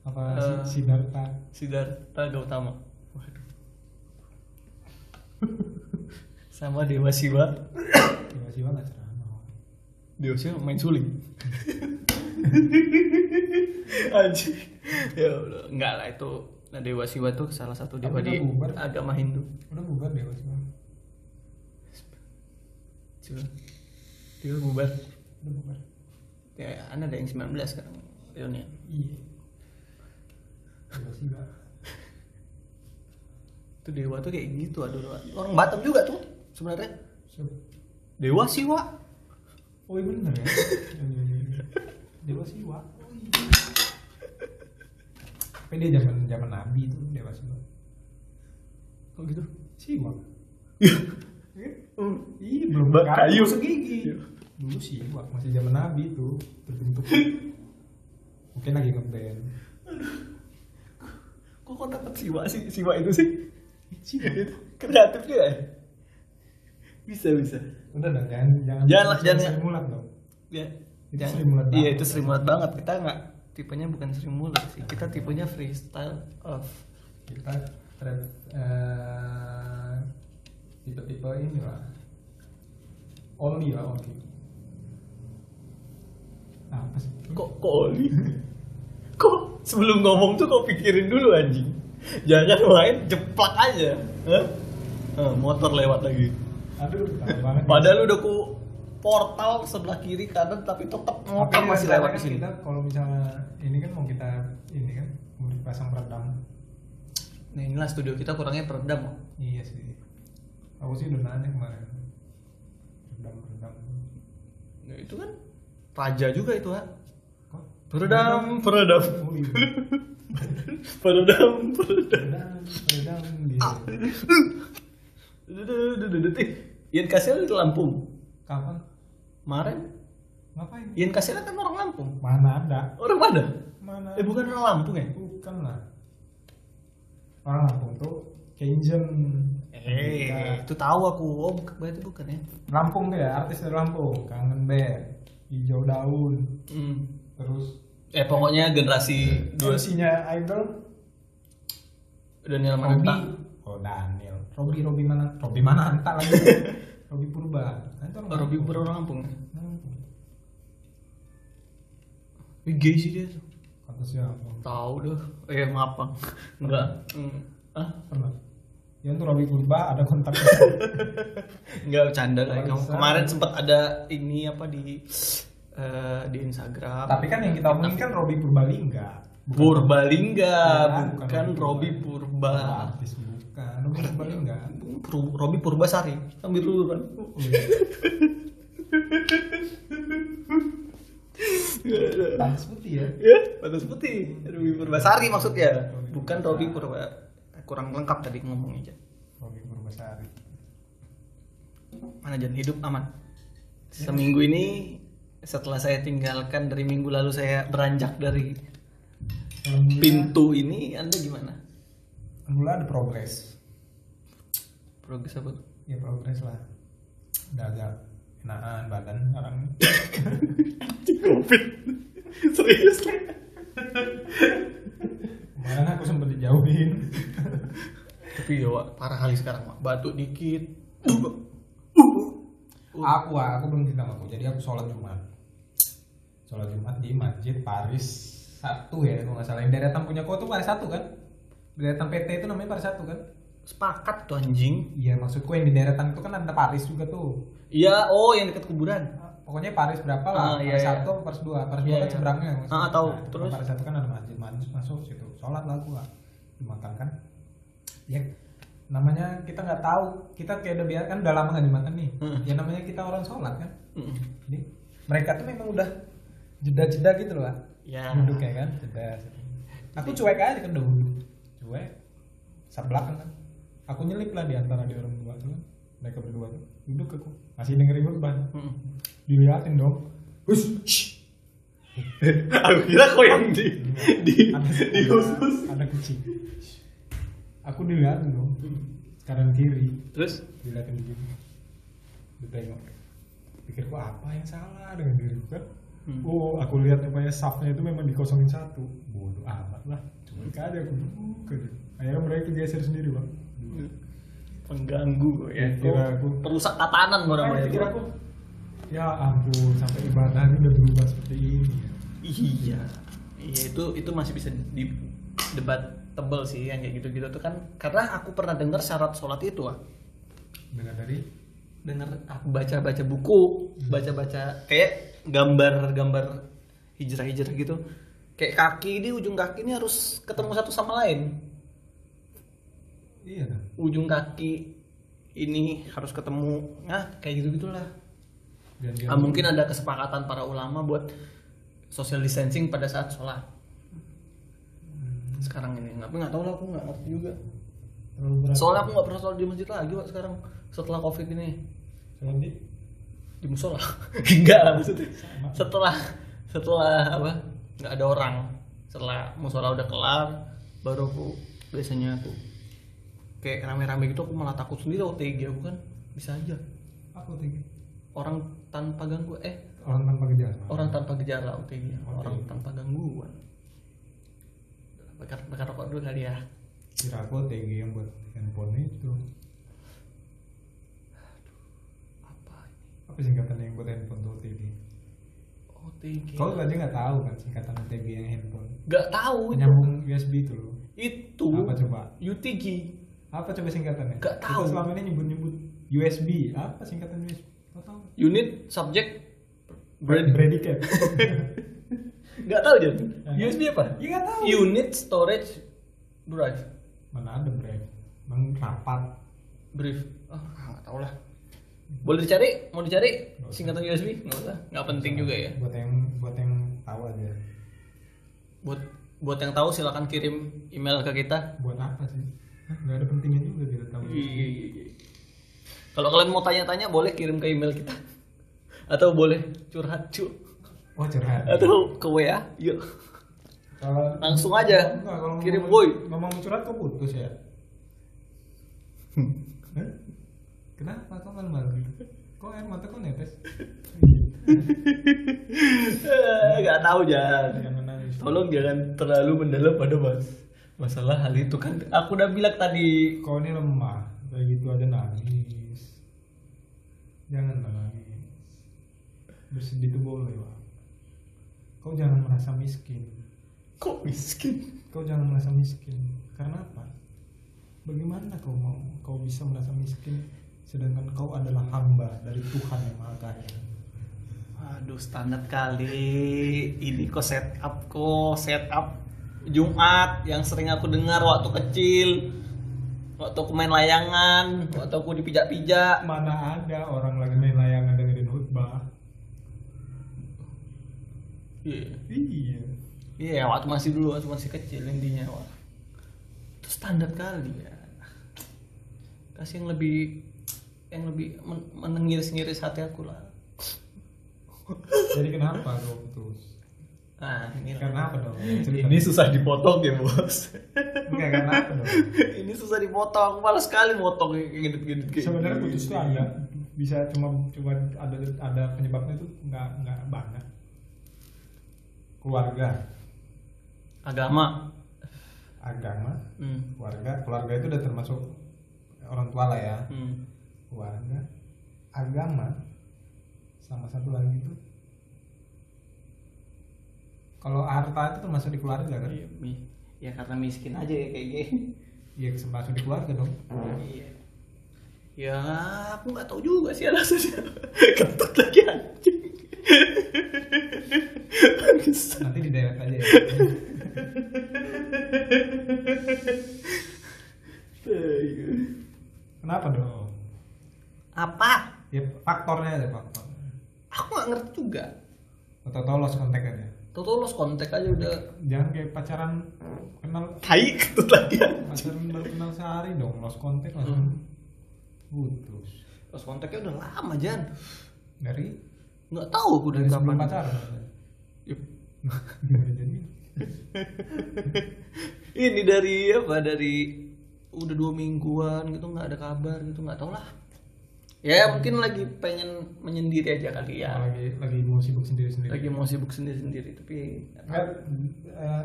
S2: apa
S1: Eh.
S2: si Sidarta
S1: Siddhartha Gautama. Waduh. Sama Dewa Siwa.
S2: tiba siwa nggak ceramah
S1: Dewa Siwa main suling. Anjir. Ya Allah, enggak lah itu. Nah, Dewa Siwa tuh salah satu dewa
S2: Tapi
S1: di
S2: udah bubar.
S1: agama Hindu.
S2: udah bubar deh Mas.
S1: Coba. Dewa bubar.
S2: udah bubar
S1: Ya, Anda ada yang 19 sekarang. Reunian.
S2: iya tiba siwa
S1: Itu dewa tuh kayak gitu aduh. Orang Batam juga tuh sebenarnya.
S2: Sup.
S1: Dewa Siwa.
S2: oh iya bener ya Iya, iya, iya. dewa siwa Oh, iya. tapi dia zaman zaman nabi itu dewa siwa
S1: Kok gitu?
S2: siwa Iya.
S1: Hmm.
S2: Ih, belum
S1: Bak
S2: kaku
S1: kayu.
S2: segigi.
S1: Iya.
S2: Dulu sih, wah, masih zaman Nabi itu terbentuk. Mungkin lagi ngeband.
S1: Kok kok dapat siwa sih? Siwa itu sih.
S2: Siwa.
S1: Itu Kreatif dia. ya? Bisa bisa.
S2: Udah dah, jangan jangan
S1: Jangan, jangan,
S2: sering
S1: jangan.
S2: mulat dong.
S1: Ya.
S2: Itu
S1: jangan-
S2: Sri Mulat
S1: Iya
S2: banget.
S1: itu sering mulat banget. Kita nggak tipenya bukan sering mulat sih. Kita tipenya freestyle of
S2: Kita trap eh tipe-tipe ini lah. Only lah, only. Nah, Apa sih?
S1: kok kok oli. Kok sebelum ngomong tuh kok pikirin dulu anjing. Jangan main jeplak aja. Hah? Eh, motor lewat lagi.
S2: Aduh, tahu banget.
S1: Padahal udah ku portal sebelah kiri kanan tapi tetap motor
S2: Tapi
S1: masih
S2: rencananya
S1: lewat di
S2: kan
S1: sini.
S2: Kita kalau misalnya ini kan mau kita ini kan mau dipasang peredam.
S1: Nah inilah studio kita kurangnya peredam. Om.
S2: Iya sih. Aku sih udah nanya kemarin. Rendam rendam.
S1: Nah, itu kan raja juga itu, ha.
S2: Kok?
S1: Peredam, peredam,
S2: Oh iya.
S1: peredam, peredam.
S2: Rendam rendam di
S1: Ian Kasela di Lampung.
S2: kapan?
S1: Kemarin
S2: Ngapain?
S1: Ian Kasela kan orang Lampung.
S2: Mana ada?
S1: Orang mana?
S2: Mana?
S1: Eh bukan orang Lampung ya?
S2: bukan lah. Orang Lampung tuh Kenjen.
S1: Eh,
S2: Kita-
S1: itu tahu aku. Oh, bukan, berarti bukan ya.
S2: Lampung tuh ya, artis dari Lampung, kangen band, hijau daun,
S1: Hmm.
S2: terus
S1: Eh pokoknya generasi dua sih.
S2: MC-nya idol
S1: Daniel
S2: Robi
S1: Mananta.
S3: Oh Daniel.
S2: Robi Robi mana Robi mana entah lagi Robi Purba kan itu
S1: Oh, Robi bukan orang Lampung. ya?
S2: Lampung.
S1: Wih, gay sih dia. tuh.
S2: kata siapa
S1: Tahu deh. Eh, ngapang. Enggak. Hmm. Ah,
S2: pernah ya untuk Robi Purba ada kontak
S1: Enggak bercanda lah.
S2: Kalau
S1: Kamu-
S2: bisa.
S1: Kemarin sempat ada ini apa di eh, di Instagram.
S2: tapi kan yang kita omongin kan Robi Purbalingga
S1: Purbalingga, Nah,
S2: Ya,
S1: bukan,
S2: bukan
S1: Robi
S2: Bukan
S1: Purba.
S2: artis bukan Robi Purbalingga
S1: Pur- Robi Purbasari. Sambil dulu kan.
S2: Oh, iya. Batas putih ya
S1: Ya, batas putih. Robi Purbasari maksudnya. Bukan Robi Purba. Kurang lengkap tadi ngomongnya. Jan.
S2: Robi Purbasari
S1: Mana jalan hidup aman. Seminggu ini setelah saya tinggalkan dari minggu lalu saya beranjak dari
S2: Alhamdulillah-
S1: pintu ini, Anda gimana?
S2: alhamdulillah ada progres
S1: Progres apa? tuh?
S2: ya progres lah udah agak enakan badan sekarang
S1: covid serius
S2: kemarin aku sempat dijauhin
S1: tapi ya Wak, parah kali sekarang Wak. batuk dikit
S2: Aku ah, aku belum cerita sama aku. Jadi aku sholat Jumat. Sholat Jumat di Masjid Paris satu ya, kalau nggak salah. Yang deretan punya kau tuh Paris satu kan? Deretan PT itu namanya Paris satu kan?
S1: sepakat tuh anjing
S2: Iya maksudku yang di deretan itu kan ada Paris juga tuh.
S1: iya oh yang dekat kuburan
S2: Pokoknya Paris berapa lah?
S1: Ah, iya,
S2: Paris
S1: iya.
S2: satu, Paris dua, Paris dua
S1: Iya,
S2: kan
S1: iya.
S2: seberangnya. maksudnya.
S1: Ah, tahu.
S2: itu
S1: Terus?
S2: Paris satu kan ada masjid, masjid masuk situ. Sholat lah gua. Jumatan kan? Ya namanya kita nggak tahu kita kayak udah biasa kan udah lama nggak jumatan nih
S1: Hmm.
S2: ya namanya kita orang sholat kan
S1: Mm.
S2: Jadi mereka tuh memang udah jeda-jeda gitu loh lah.
S1: ya
S2: Duduk ya kan, jeda. Aku cuek aja kan udah duduk. Cuek. Sebelah kan. Aku nyelip lah di antara di orang dua tuh. kan. Mereka berdua tuh. Duduk aku. Masih dengerin urban.
S1: Mm.
S2: Diliatin dong. Hus. shh.
S1: aku kira kau yang di di
S2: Ada,
S1: di khusus
S2: ada, ada kucing. Aku diliatin dong. Kanan kiri.
S1: terus
S2: dilihatin begini ditengok pikirku apa yang salah dengan diriku kan
S1: Hmm.
S2: oh aku lihat namanya safnya itu memang dikosongin satu bodoh amat lah cuma aja aku duduk aja. akhirnya mereka geser sendiri bang
S1: pengganggu kok ya
S2: Kira aku.
S1: perusak tatanan kau namanya
S2: Makanya
S1: itu
S2: pikir aku ya ampun sampai ibadah ini udah berubah seperti ini ya.
S1: iya iya itu itu masih bisa di debat tebel sih yang kayak gitu-gitu tuh kan karena aku pernah dengar syarat sholat itu ah
S2: dengar dari
S1: dengar aku baca-baca buku,
S2: Hmm.
S1: baca-baca kayak gambar-gambar hijrah-hijrah gitu. Kayak kaki ini ujung kaki ini harus ketemu satu sama lain.
S2: iya dah.
S1: Ujung kaki ini harus ketemu nah kayak gitu gitulah.
S2: dan dia
S1: Ah, mungkin ada kesepakatan para ulama buat social distancing pada saat sholat. Sekarang ini nggak nggak tahu lah aku nggak ngerti juga.
S2: terlalu berat
S1: Soalnya aku nggak pernah sholat di masjid lagi Wak, sekarang setelah covid ini.
S2: Soalnya di
S1: di musola enggak lah maksudnya
S2: Sama.
S1: setelah setelah apa nggak ada orang setelah musola udah kelar baru aku biasanya aku kayak rame-rame gitu aku malah takut sendiri OTG aku kan bisa aja
S2: aku tinggi
S1: orang tanpa gangguan eh
S2: orang tanpa gejala
S1: orang tanpa gejala OTG orang
S2: OTG.
S1: tanpa gangguan bakar bakar rokok dulu kali ya
S2: kira aku tinggi yang buat handphone itu
S1: apa ini
S2: apa singkatannya yang buat handphone tuh tinggi
S1: OTG
S2: Kau aja nggak tahu kan singkatan OTG yang handphone.
S1: nggak tahu itu
S2: Penyambung USB itu loh.
S1: itu
S2: Apa coba?
S1: UTG
S2: Apa coba singkatannya?
S1: Nggak tahu.
S2: Kita selama ini nyebut-nyebut USB. Apa singkatan USB? Kau tahu?
S1: unit subject
S2: Predikat.
S1: Gak tahu Jon.
S2: Nggak.
S1: USB apa?
S2: Iya nggak tahu.
S1: Unit Storage Drive.
S2: Mana ada brand? Emang rapat.
S1: Brief. Ah, nggak tahu lah. Boleh dicari? Mau dicari
S2: Nggak usah.
S1: singkatan USB? Nggak usah. Nggak penting juga ya.
S2: Buat yang buat yang tahu aja.
S1: Buat buat yang tahu silakan kirim email ke kita.
S2: Buat apa sih? Hah, Nggak ada pentingnya juga tidak tahu.
S1: Iya, iya, iya. Kalau kalian mau tanya-tanya boleh kirim ke email kita. Atau boleh curhat cu.
S2: Oh curhat.
S1: Atau ke WA. Yuk.
S2: Kalau
S1: Langsung aja.
S2: Nggak, kalau
S1: Kirim
S2: ngomong-
S1: boy.
S2: Ngomong curhat kok putus ya? Hah? Kenapa kok malu-malu gitu? Kok air mata kok netes?
S1: Eh, Nggak tahu Jan.
S2: Jangan nangis.
S1: Tolong jangan terlalu mendalam pada mas masalah hal itu kan. Aku udah bilang tadi
S2: Kau ini lemah, kayak gitu aja nangis. Jangan nangis. Bersedih itu boleh, Wak. Kau jangan merasa miskin.
S1: kok miskin.
S2: Kau jangan merasa miskin. Karena apa? Bagaimana kau mau kau bisa merasa miskin sedangkan kau adalah hamba dari Tuhan yang Maha Kaya?
S1: Aduh standar kali. Ini kok setup kok setup Jumat yang sering aku dengar waktu kecil. Waktu aku main layangan, waktu aku dipijak-pijak.
S2: Mana ada orang lagi main layangan dengerin khutbah?
S1: Iya,
S2: Iya.
S1: Iya, waktu masih dulu, waktu masih kecil intinya. Wah. Itu standar kali ya. Kasih yang lebih yang lebih men- menengiris-ngiris hati aku lah.
S2: Jadi kenapa kau putus?
S1: Nah, ini
S2: Karena apa dong? Cerita.
S1: Ini susah dipotong ya bos.
S2: enggak karena apa dong?
S1: ini susah dipotong, malas sekali motong ngedit-ngedit kayak
S2: Sebenarnya
S1: gini.
S2: putus itu ada bisa cuma cuma ada ada penyebabnya tuh nggak nggak banyak. Keluarga,
S1: Agama,
S2: agama
S1: Hmm.
S2: keluarga keluarga itu udah termasuk orang tua lah ya
S1: Hmm.
S2: keluarga agama sama satu lagi itu kalau harta itu termasuk di keluarga kan
S1: Iya, mi- Ya karena miskin aja ya kayak gini.
S2: iya termasuk di keluarga dong
S1: Iya. Ya, aku nggak tahu juga sih alasannya. Kentut lagi anjing. Bangsat.
S2: nanti di daerah aja ya kenapa
S1: Oh.
S2: dong
S1: Apa?
S2: ya faktornya ada faktor
S1: Aku nggak ngerti juga.
S2: atau tau lost contact aja
S1: Toto los kontak aja udah.
S2: jangan kayak pacaran kenal
S1: Tai kentut lagi.
S2: pacaran baru kenal sehari dong lost contact
S1: Hmm.
S2: langsung putus
S1: Los kontaknya udah lama Jan.
S2: dari
S1: Nggak tahu aku dari
S2: sebelum
S1: kapan.
S2: pacaran
S1: Yup.
S2: jadi
S1: Ini dari apa? Dari udah dua mingguan gitu nggak ada kabar gitu nggak tau lah. Ya mungkin lagi pengen menyendiri aja kali ya.
S2: lagi lagi mau sibuk sendiri sendiri
S1: lagi mau sibuk sendiri-sendiri tapi
S2: eh,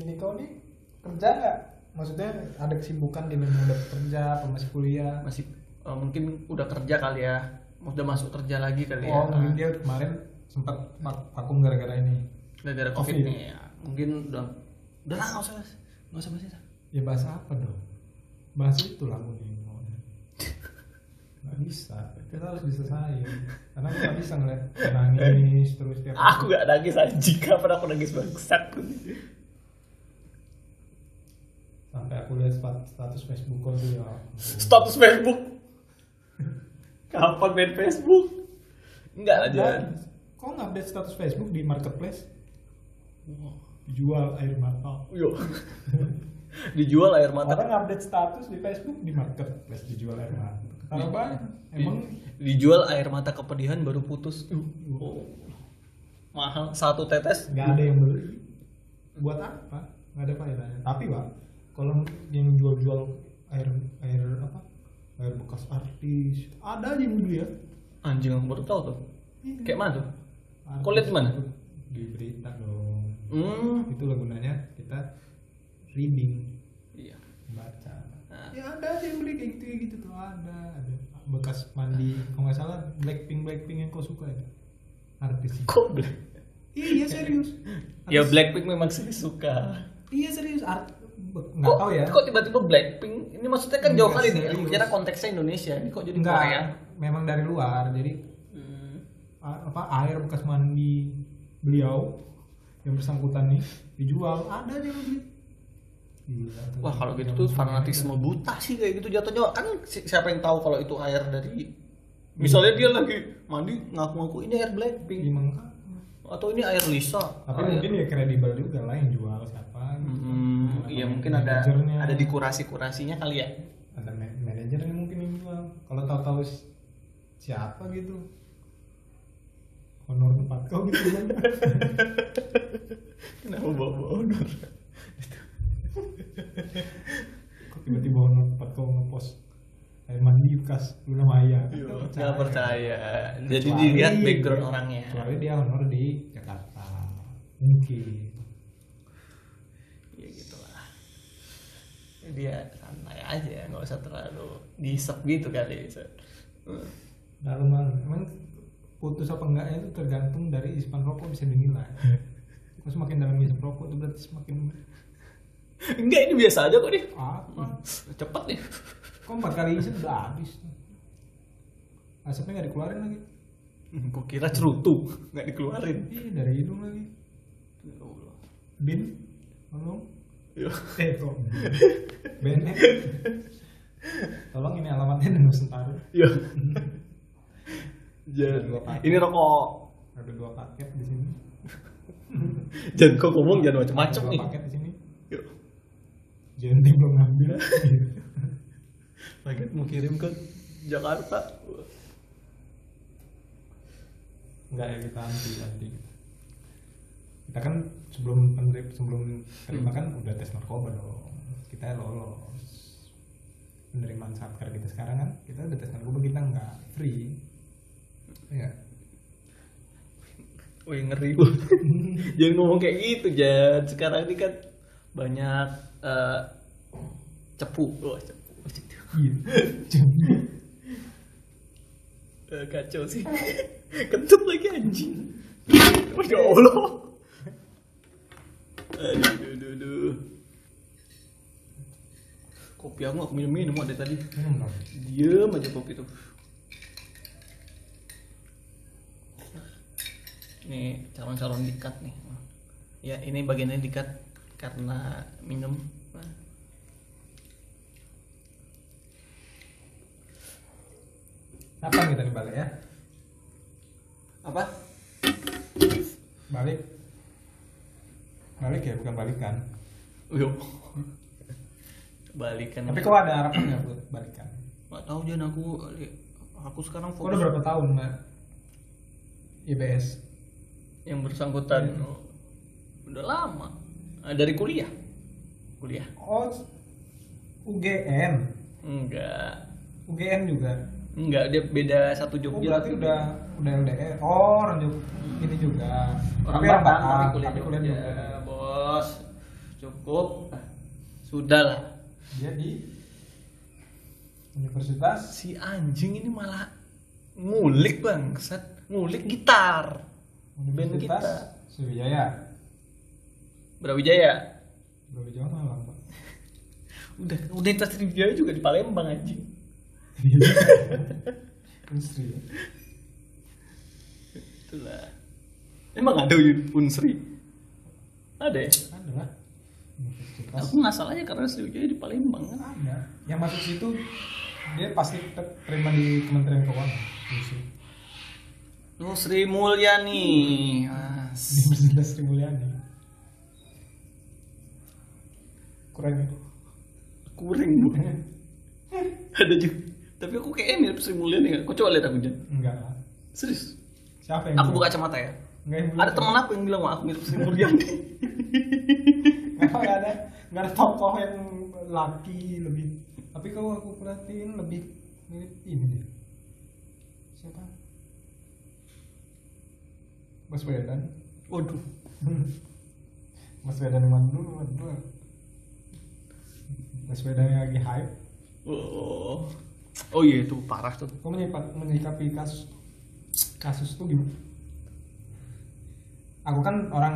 S2: ini kau nih kerja nggak maksudnya ada kesibukan di mana udah kerja apa masih kuliah
S1: masih eh, mungkin udah kerja kali ya udah masuk kerja lagi kali ya
S2: oh mungkin dia kemarin sempat vak- vakum gara-gara ini
S1: gara-gara covid
S2: Covid.
S1: nih ya. mungkin udah udah lah nggak usah Mas. nggak usah masih
S2: ya bahasa apa dong bahas itu lah mau nih maunya. nggak bisa kita harus diselesaikan karena aku nggak bisa ngeliat nangis terus tiap
S1: aku gak nangis anjing kapan aku nangis bangsat
S2: sampai aku lihat stat- status Facebook kau tuh ya ampun.
S1: status Facebook kapan main Facebook enggak lah jangan
S2: Dan, kau nggak update status Facebook di marketplace jual air mata
S1: yo dijual air mata
S2: Orang update status di Facebook di marketplace dijual air mata. Taruh banyak. Emang
S1: dijual air mata kepedihan baru putus Oh. mahal satu tetes
S2: nggak ada yang beli. Buat apa? Nggak ada faedahnya. Tapi pak, kalau yang jual-jual air air apa? Air bekas artis, ada aja yang beli ya.
S1: anjing aku baru tahu tuh
S2: Iya.
S1: kayak mana tuh
S2: Artis
S1: Kau lihat di mana?
S2: itu Di berita dong.
S1: hmm
S2: Itulah gunanya kita reading
S1: iya
S2: baca.
S1: Nah.
S2: Ya ada aja yang beli kayak gitu kayak gitu tuh ada. Ada bekas mandi. Kalau nggak salah Blackpink Blackpink yang kau suka ya. Artis.
S1: kok black
S2: Iya serius.
S1: ya blackpink memang saya suka
S2: Iya serius. Art nggak
S1: kok
S2: tahu ya.
S1: kok tiba-tiba blackpink ini maksudnya kan jauh
S2: Enggak,
S1: kali nih
S2: serius.
S1: aku kira konteksnya Indonesia ini kok jadi ya?
S2: Nggak,
S1: Korea
S2: Memang dari luar. Jadi
S1: hmm.
S2: a- apa air bekas mandi beliau yang bersangkutan nih dijual ada aja yang beli. Gila, tuh.
S1: wah kalau gitu tuh fanatisme buta sih kayak gitu jatuhnya kan si- siapa yang tahu kalau itu air dari misalnya dia lagi mandi ngaku-ngaku ini air blackpink
S2: Emang kan.
S1: atau ini air Lisa
S2: Tapi
S1: Air-
S2: mungkin ya kredibel juga lah yang jual siapa. gitu.
S1: Hmm,
S2: Ada
S1: iya mungkin ada
S2: manajernya,
S1: ada di kurasi-kurasinya kali ya.
S2: ada ma- manajernya mungkin yang jual. Kalau tahu-tahu si- siapa gitu honor tempat kau gitu kan.
S1: Kenapa bawa honor?
S2: Kok tiba-tiba honor tempat kau ngepost air mandi bekas Luna Maya Kan nggak
S1: Iya. Nggak percaya. Jadi
S2: Kecuali-
S1: dilihat background orangnya.
S2: kecuali dia honor di Jakarta mungkin
S1: Ya gitulah. Dia santai aja, nggak usah terlalu disep gitu kali. Hmm.
S2: dalam banget emang putus apa enggaknya itu tergantung dari ispan rokok bisa dinilai terus semakin dalam ispan rokok itu berarti semakin
S1: Enggak ini biasa aja kok nih.
S2: apa
S1: Cepet nih.
S2: kok empat kali isep udah habis asapnya nggak dikeluarin lagi
S1: Hmm, Gua kira cerutu, nggak dikeluarin.
S2: Ih, Iya, dari hidung lagi
S1: Ya Allah.
S2: bin tolong
S1: Yo.
S2: eh kok ben eh. tolong ini alamatnya di Nusantara
S1: Yo.
S2: Dua
S1: Jangan. Iya.
S2: paket.
S1: Ini rokok.
S2: ada dua paket di sini
S1: Jangan kau ngomong jangan
S2: Ada
S1: macem-macem
S2: dua
S1: nih.
S2: paket di sini
S1: Yuk.
S2: Janti belum ngambil.
S1: Paket mau kirim ke Jakarta.
S2: Enggak ya kita anti anti. Kita kan sebelum penerima, sebelum terima kan udah tes narkoba dong. Kita lolos. Penerimaan satker kita sekarang kan kita udah tes narkoba kita nggak free. Iya.
S1: Wih ngeri Jangan ngomong kayak gitu Jan Sekarang ini kan banyak eh, cepu Wah, cepu
S4: Iya.
S1: Eh, kacau sih kentut lagi anjing Masya Allah aduh aduh aduh, aduh. kopi aku aku minum minum ada tadi
S2: Hmm, Bang.
S1: diem aja kopi tuh ini calon-calon dikat nih ya ini bagiannya dikat karena minum
S2: Apa kita nih balik ya?
S1: apa
S2: Balik. Balik ya, bukan balikan.
S1: yuk balikan
S2: Tapi kau ada harapan nggak buat balikan?
S1: nggak tahu Jan aku eh, aku sekarang
S2: Kau udah
S1: fokus
S2: berapa tahun mbak? IBS.
S1: yang bersangkutan
S2: Iya.
S1: udah lama Ah, dari kuliah kuliah
S2: Oh, UGM.
S1: enggak
S2: UGM juga.
S1: enggak dia beda satu
S2: Oh,
S1: Jogja
S2: berarti udah udah LDR. Oh, orang Jog- ini juga.
S1: orang
S2: tapi orang
S1: Batam
S2: Batam,
S1: tapi kuliah,
S2: tapi kuliah
S1: Jogja,
S2: juga.
S1: bos cukup sudah lah
S2: Dia di universitas
S1: si anjing ini malah ngulik bangsat ngulik gitar band
S2: Universitas
S1: kita
S2: Sriwijaya.
S1: Brawijaya
S2: Belum jauh malam, Pak.
S1: udah Universitas Brawijaya juga di Palembang anjing
S2: Industri.
S1: itulah emang ada Yun- Unsri ada ya
S2: Ada lah. Universitas.
S1: aku nggak salah aja karena Sriwijaya di Palembang kan
S2: Ada. Yang masuk situ dia pasti ter- terima di Kementerian Keuangan. Industri.
S1: lu Oh, Sri Mulyani
S2: Di Universitas Sri Mulyani. Kurang
S1: kuring bu ada juga tapi aku kayaknya mirip Sri Mulyani nggak? kau coba lihat aku Jan
S2: enggak lah.
S1: serius
S2: Siapa yang
S1: aku
S2: bilang?
S1: buka kacamata ya
S2: Enggak yang bilang.
S1: ada teman aku yang bilang wah aku mirip Sri Mulyani
S2: Memang nggak ada nggak ada tokoh yang laki lebih. Tapi kalau aku perhatiin lebih mirip ini deh. Siapa? Mas Wedan.
S1: waduh
S2: Mas Wedan yang mana dulu? Mana dulu? Mas Wedan yang lagi hype.
S1: oh oh iya itu parah tuh
S2: Kau menyikat, menyikapi kasus kasus tuh gimana? Aku kan orang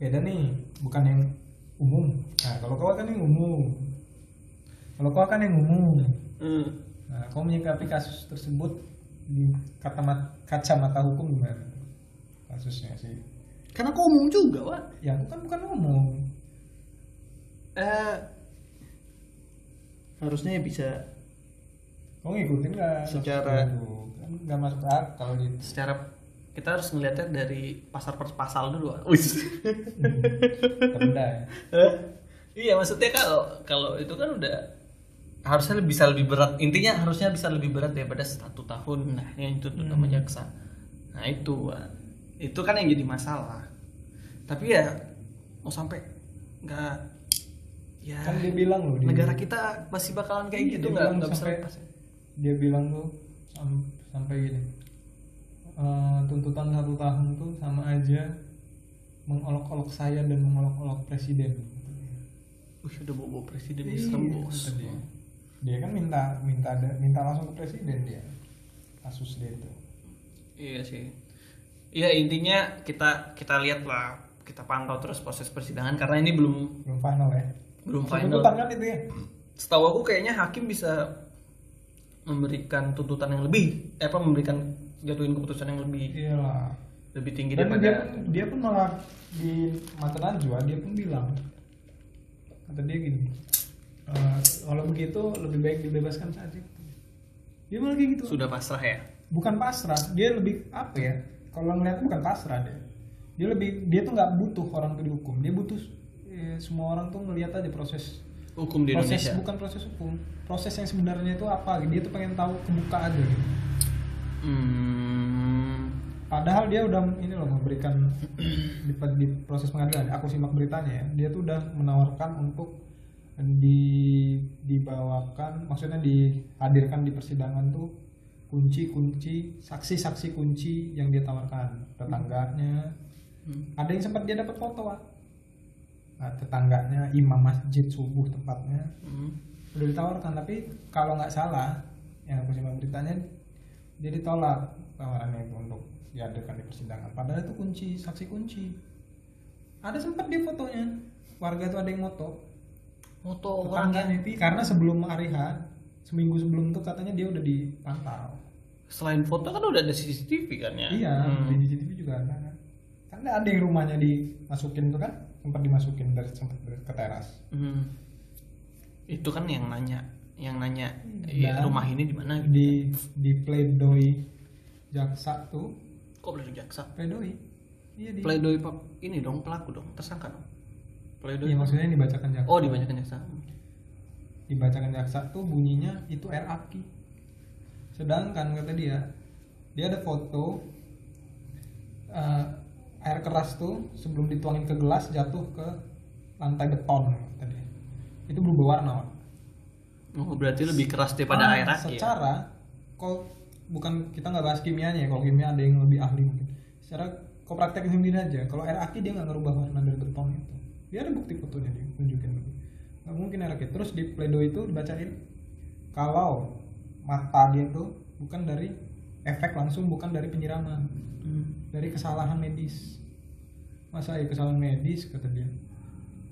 S2: beda nih, bukan yang umum. Nah, kalau kau kan yang umum. Kalau kau kan yang umum.
S1: Hmm.
S2: Nah, kau menyikapi kasus tersebut di kata kacamata hukum gimana? Kasusnya sih.
S1: karena aku umum juga wah
S2: Ya, aku kan bukan umum.
S1: eh harusnya bisa
S2: Kau ngikutin nggak?
S1: Secara-
S2: Tuh, kan nggak masuk akal gitu.
S1: secara kita harus ngelihatnya dari pasar per pasal dulu ah. Wis.
S2: Hmm. Rendah. ya.
S1: Hah? iya maksudnya kalau kalau itu kan udah harusnya lebih- bisa lebih berat intinya harusnya bisa lebih berat daripada satu tahun nah yang itu tuh
S2: Hmm.
S1: sama jaksa nah itu Wak. itu kan yang jadi masalah tapi ya mau sampai nggak ya
S2: Kan dia bilang loh. dia-
S1: negara kita masih bakalan kayak
S2: Iya,
S1: gitu
S2: dia
S1: nggak
S2: bilang
S1: nggak bisa
S2: sampai-
S1: lepas ya.
S2: dia bilang tuh sam- sampai gini "Eh, tuntutan satu tahun tuh sama aja mengolok-olok saya dan mengolok-olok presiden
S1: Wih, udah bawa presiden
S2: Iya,
S1: serem bos
S2: kata dia. dia kan minta minta ada minta langsung ke presiden dia kasus dia itu
S1: Iya sih. Iya intinya kita kita lihat lah, kita pantau terus proses persidangan karena ini belum
S2: belum final ya
S1: belum
S2: Masih
S1: final.
S2: tuntutan kan itu ya
S1: Setahu aku kayaknya hakim bisa memberikan tuntutan yang lebih, eh, apa memberikan jatuhin keputusan yang lebih
S2: iyalah
S1: lebih tinggi
S2: dan dia
S1: daripada
S2: pun, dia pun malah di mata najwa dia pun bilang kata dia gini "Eh, kalau begitu lebih baik dibebaskan saja dia malah kayak gitu
S1: sudah pasrah ya.
S2: bukan pasrah dia lebih apa ya kalau ngeliatnya bukan pasrah dia dia lebih dia tuh nggak butuh orang tuh dihukum dia butuh eh, semua orang tuh ngeliat aja proses
S1: Hukum di
S2: proses
S1: Indonesia.
S2: bukan proses hukum proses yang sebenarnya itu apa dia tuh pengen tahu kebuka aja gitu.
S1: Hmm,
S2: padahal dia udah ini loh memberikan di, di proses pengadilan aku simak beritanya ya dia tuh udah menawarkan untuk di dibawakan maksudnya dihadirkan di persidangan tuh kunci-kunci saksi-saksi kunci yang dia tawarkan tetangganya
S1: Hmm.
S2: ada yang sempat dia dapat foto Wak. nah, tetangganya imam masjid subuh tempatnya
S1: Hmm.
S2: udah ditawarkan tapi kalau nggak salah yang aku simak beritanya dia ditolak tawarannya itu untuk dihadirkan di persidangan padahal itu kunci saksi kunci ada sempat dia fotonya warga tuh ada yang moto
S1: Moto orang ya.
S2: tetangganya itu karena sebelum hari H seminggu sebelum itu katanya dia udah dipantau
S1: Selain foto kan udah ada CCTV kan ya?
S2: iya
S1: Hmm.
S2: di CCTV juga ada kan karena ada yang rumahnya dimasukin tuh kan sempat dimasukin dari sempat dari- ke teras
S1: Hmm. Itu kan yang nanya, yang nanya
S2: Dan-
S1: "Eh, rumah ini di mana?
S2: Nah. di di pledoi jaksa tuh
S1: Kok boleh jaksa?
S2: pledoi iya di
S1: Pledoi pak ini dong pelaku dong, tersangka dong. Pledoi.
S2: Iya maksudnya yang dibacakan jaksa.
S1: Oh, dibacakan jaksa.
S2: Dibacakan jaksa tuh bunyinya itu air aki. Sedangkan kata dia, dia ada foto eh, air keras tuh sebelum dituangin ke gelas jatuh ke lantai beton tadi. Itu berubah warna. Pak.
S1: Oh, berarti lebih keras daripada
S2: Ah,
S1: air aki. ya?
S2: Secara kalau bukan kita nggak bahas kimianya ya, kalau kimia ada yang lebih ahli mungkin. Secara kau praktekin sendiri aja. Kalau air aki dia nggak ngerubah warna dari beton itu. Dia ada bukti fotonya dia tunjukin. Nggak mungkin air aki. Terus di pledo itu dibacain kalau mata dia tuh bukan dari efek langsung bukan dari penyiraman
S1: Hmm.
S2: dari kesalahan medis masa ya kesalahan medis kata dia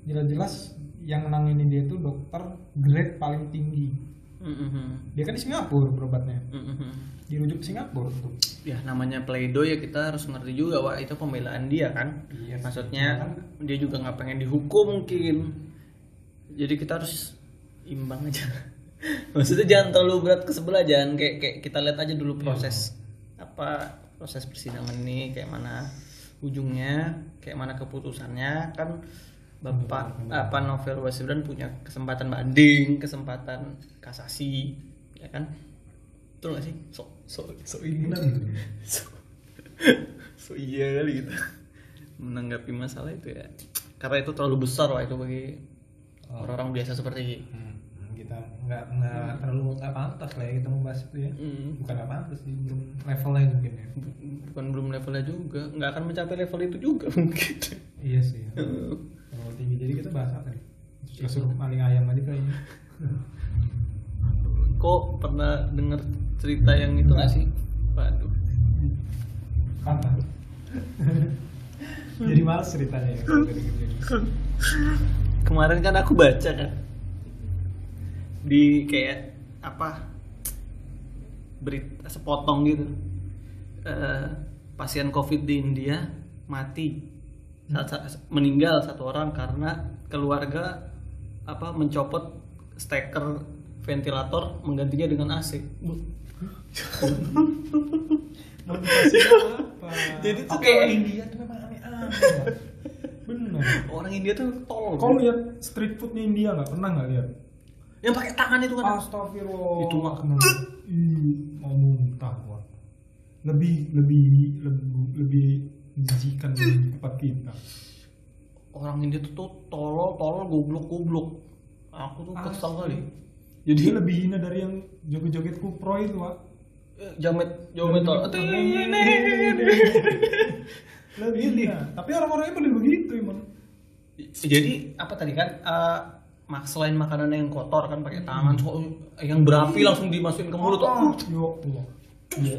S2: jelas-jelas yang menangani dia itu dokter grade paling tinggi
S1: Mhm.
S2: dia kan di Singapura berobatnya
S1: Mhm.
S2: dirujuk ke Singapura tuh
S1: Ya namanya pledoi ya kita harus ngerti juga wah itu pembelaan dia kan.
S2: iya
S1: Maksudnya dia juga nggak pengen dihukum mungkin. Jadi kita harus imbang aja. Maksudnya jangan terlalu berat ke sebelah jangan kayak kayak kita lihat aja dulu proses apa proses persidangan ini kayak mana ujungnya kayak mana keputusannya kan Bapak apa novel Baswedan punya kesempatan banding, kesempatan kasasi, ya kan? Betul nggak sih? So, so, so ini so, so iya kali gitu menanggapi masalah itu ya karena itu terlalu besar lah itu bagi orang-orang biasa seperti
S2: Hmm, kita nggak nggak terlalu nggak pantas lah ya kita membahas itu ya
S1: Mm,
S2: bukan nggak pantas sih belum levelnya mungkin ya
S1: bu- bukan belum levelnya juga nggak akan mencapai level itu juga mungkin
S2: iya sih terlalu tinggi jadi kita bahas apa nih kita suruh maling ayam aja kayaknya
S1: kok pernah dengar cerita yang itu nggak sih waduh
S2: pantas jadi males ceritanya ya kalau dari kejadian.
S1: kemarin kan aku baca kan di kayak apa berita sepotong gitu Eh, pasien covid di India mati Saat- saat- meninggal satu orang karena keluarga apa mencopot steker ventilator menggantinya dengan AC
S2: Motivasinya apa?
S1: Jadi tuh
S2: Tapi
S1: kayak-
S2: orang India tuh memang aneh-aneh. Pak. Bener.
S1: orang India tuh tolol
S2: Kau lihat street foodnya India nggak pernah nggak lihat?
S1: yang pakai tangan itu
S2: Ah.
S1: kan
S2: Astagfirullah.
S1: Itu mah-
S2: Ih, mau muntah gua. Lebih lebih lebih lebih menjijikan dari tempat kita.
S1: orang India tuh, tuh tolol tolol goblok goblok aku tuh kesel
S2: Asli.
S1: kali
S2: Jadi lebih hina dari yang joget-joget kupro itu, Pak.
S1: jamet jamet tolol
S2: Lebih hina. Tapi orang-orangnya pada begitu emang.
S1: jadi apa tadi kan eh mak selain makanan yang kotor kan pakai tangan so- yang berapi langsung dimasukin ke mulut uh,
S2: Ah,
S1: tuh
S2: ya Allah. Iya.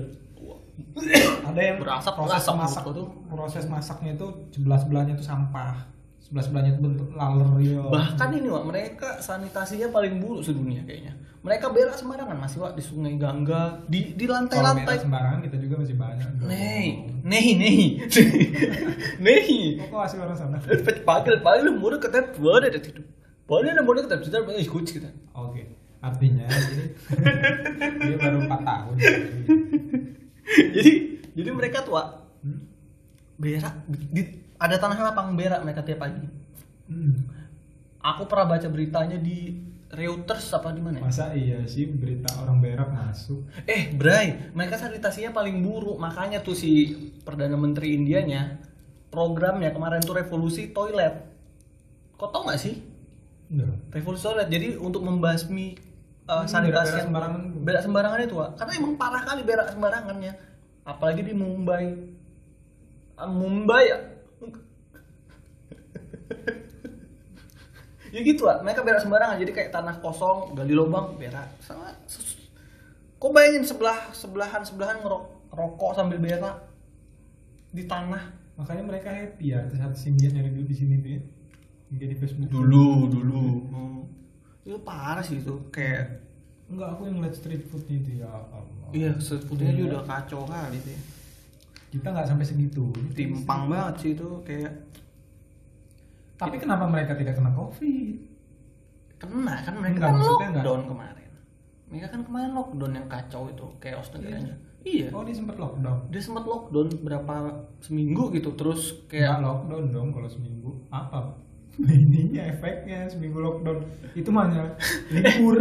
S2: ada yang
S1: Berasap,
S2: proses
S1: berasap
S2: masak
S1: mulut gua tuh.
S2: proses masaknya itu sebelah sebelahnya itu sampah sebelah sebelahnya itu bentuk laler yo
S1: bahkan ini wak mereka sanitasinya paling buruk sedunia kayaknya mereka berak sembarangan masih wak di sungai Gangga di di
S2: kalau merah
S1: lantai-lantai
S2: sembarangan kita juga masih banyak
S1: Nei, nei, nei, nei.
S2: kok kasih orang sana
S1: Pagel, pagel, mulut katanya boleh ada tidur. Boleh ada mulut katanya tidur, banyak ikut kita.
S2: oke artinya jadi dia baru 4 tahun
S1: Jadi, jadi mereka tuh Wak,
S2: Hmm.
S1: berak di- di- ada tanah lapang berak mereka tiap pagi.
S2: hmm.
S1: Aku pernah baca beritanya di Reuters apa di mana? ya?
S2: masa iya sih berita orang berak masuk
S1: Eh, Bray, mereka sanitasinya paling buruk. Makanya tuh si perdana menteri Indianya programnya kemarin tuh revolusi toilet. Kau tau nggak sih?
S2: enggak
S1: Revolusi toilet. Jadi untuk membasmi uh,
S2: Hmm,
S1: sanitasi
S2: berak-berak
S1: yang-
S2: sembarangan tuh.
S1: berak sembarangan itu, Wak. karena emang parah kali berak sembarangannya. Apalagi di Mumbai. Ah, Mumbai ya. ya gitu lah mereka berak sembarangan jadi kayak tanah kosong gali lubang berak sama sus- kok bayangin sebelah sebelahan sebelahan ngerokok sambil berak di tanah
S2: makanya mereka happy ya saat singgah nyari duit di sini tuh ya Nggak di Facebook
S1: dulu dulu Hmm. itu parah sih itu kayak
S2: enggak aku yang ngeliat street foodnya itu ya Allah
S1: iya sebetulnya juga udah kacau kali sih
S2: kita nggak sampai segitu
S1: timpang banget sih itu kayak
S2: tapi kenapa mereka tidak kena covid
S1: kena kan mereka
S2: Enggak,
S1: kan
S2: maksudnya enggak.
S1: lockdown kemarin mereka kan kemarin lockdown yang kacau itu chaos negaranya iya
S2: oh dia sempat lockdown
S1: dia sempat lockdown berapa seminggu gitu terus
S2: Nggak
S1: kayak
S2: lockdown dong kalau seminggu apa ininya efeknya seminggu lockdown itu mana libur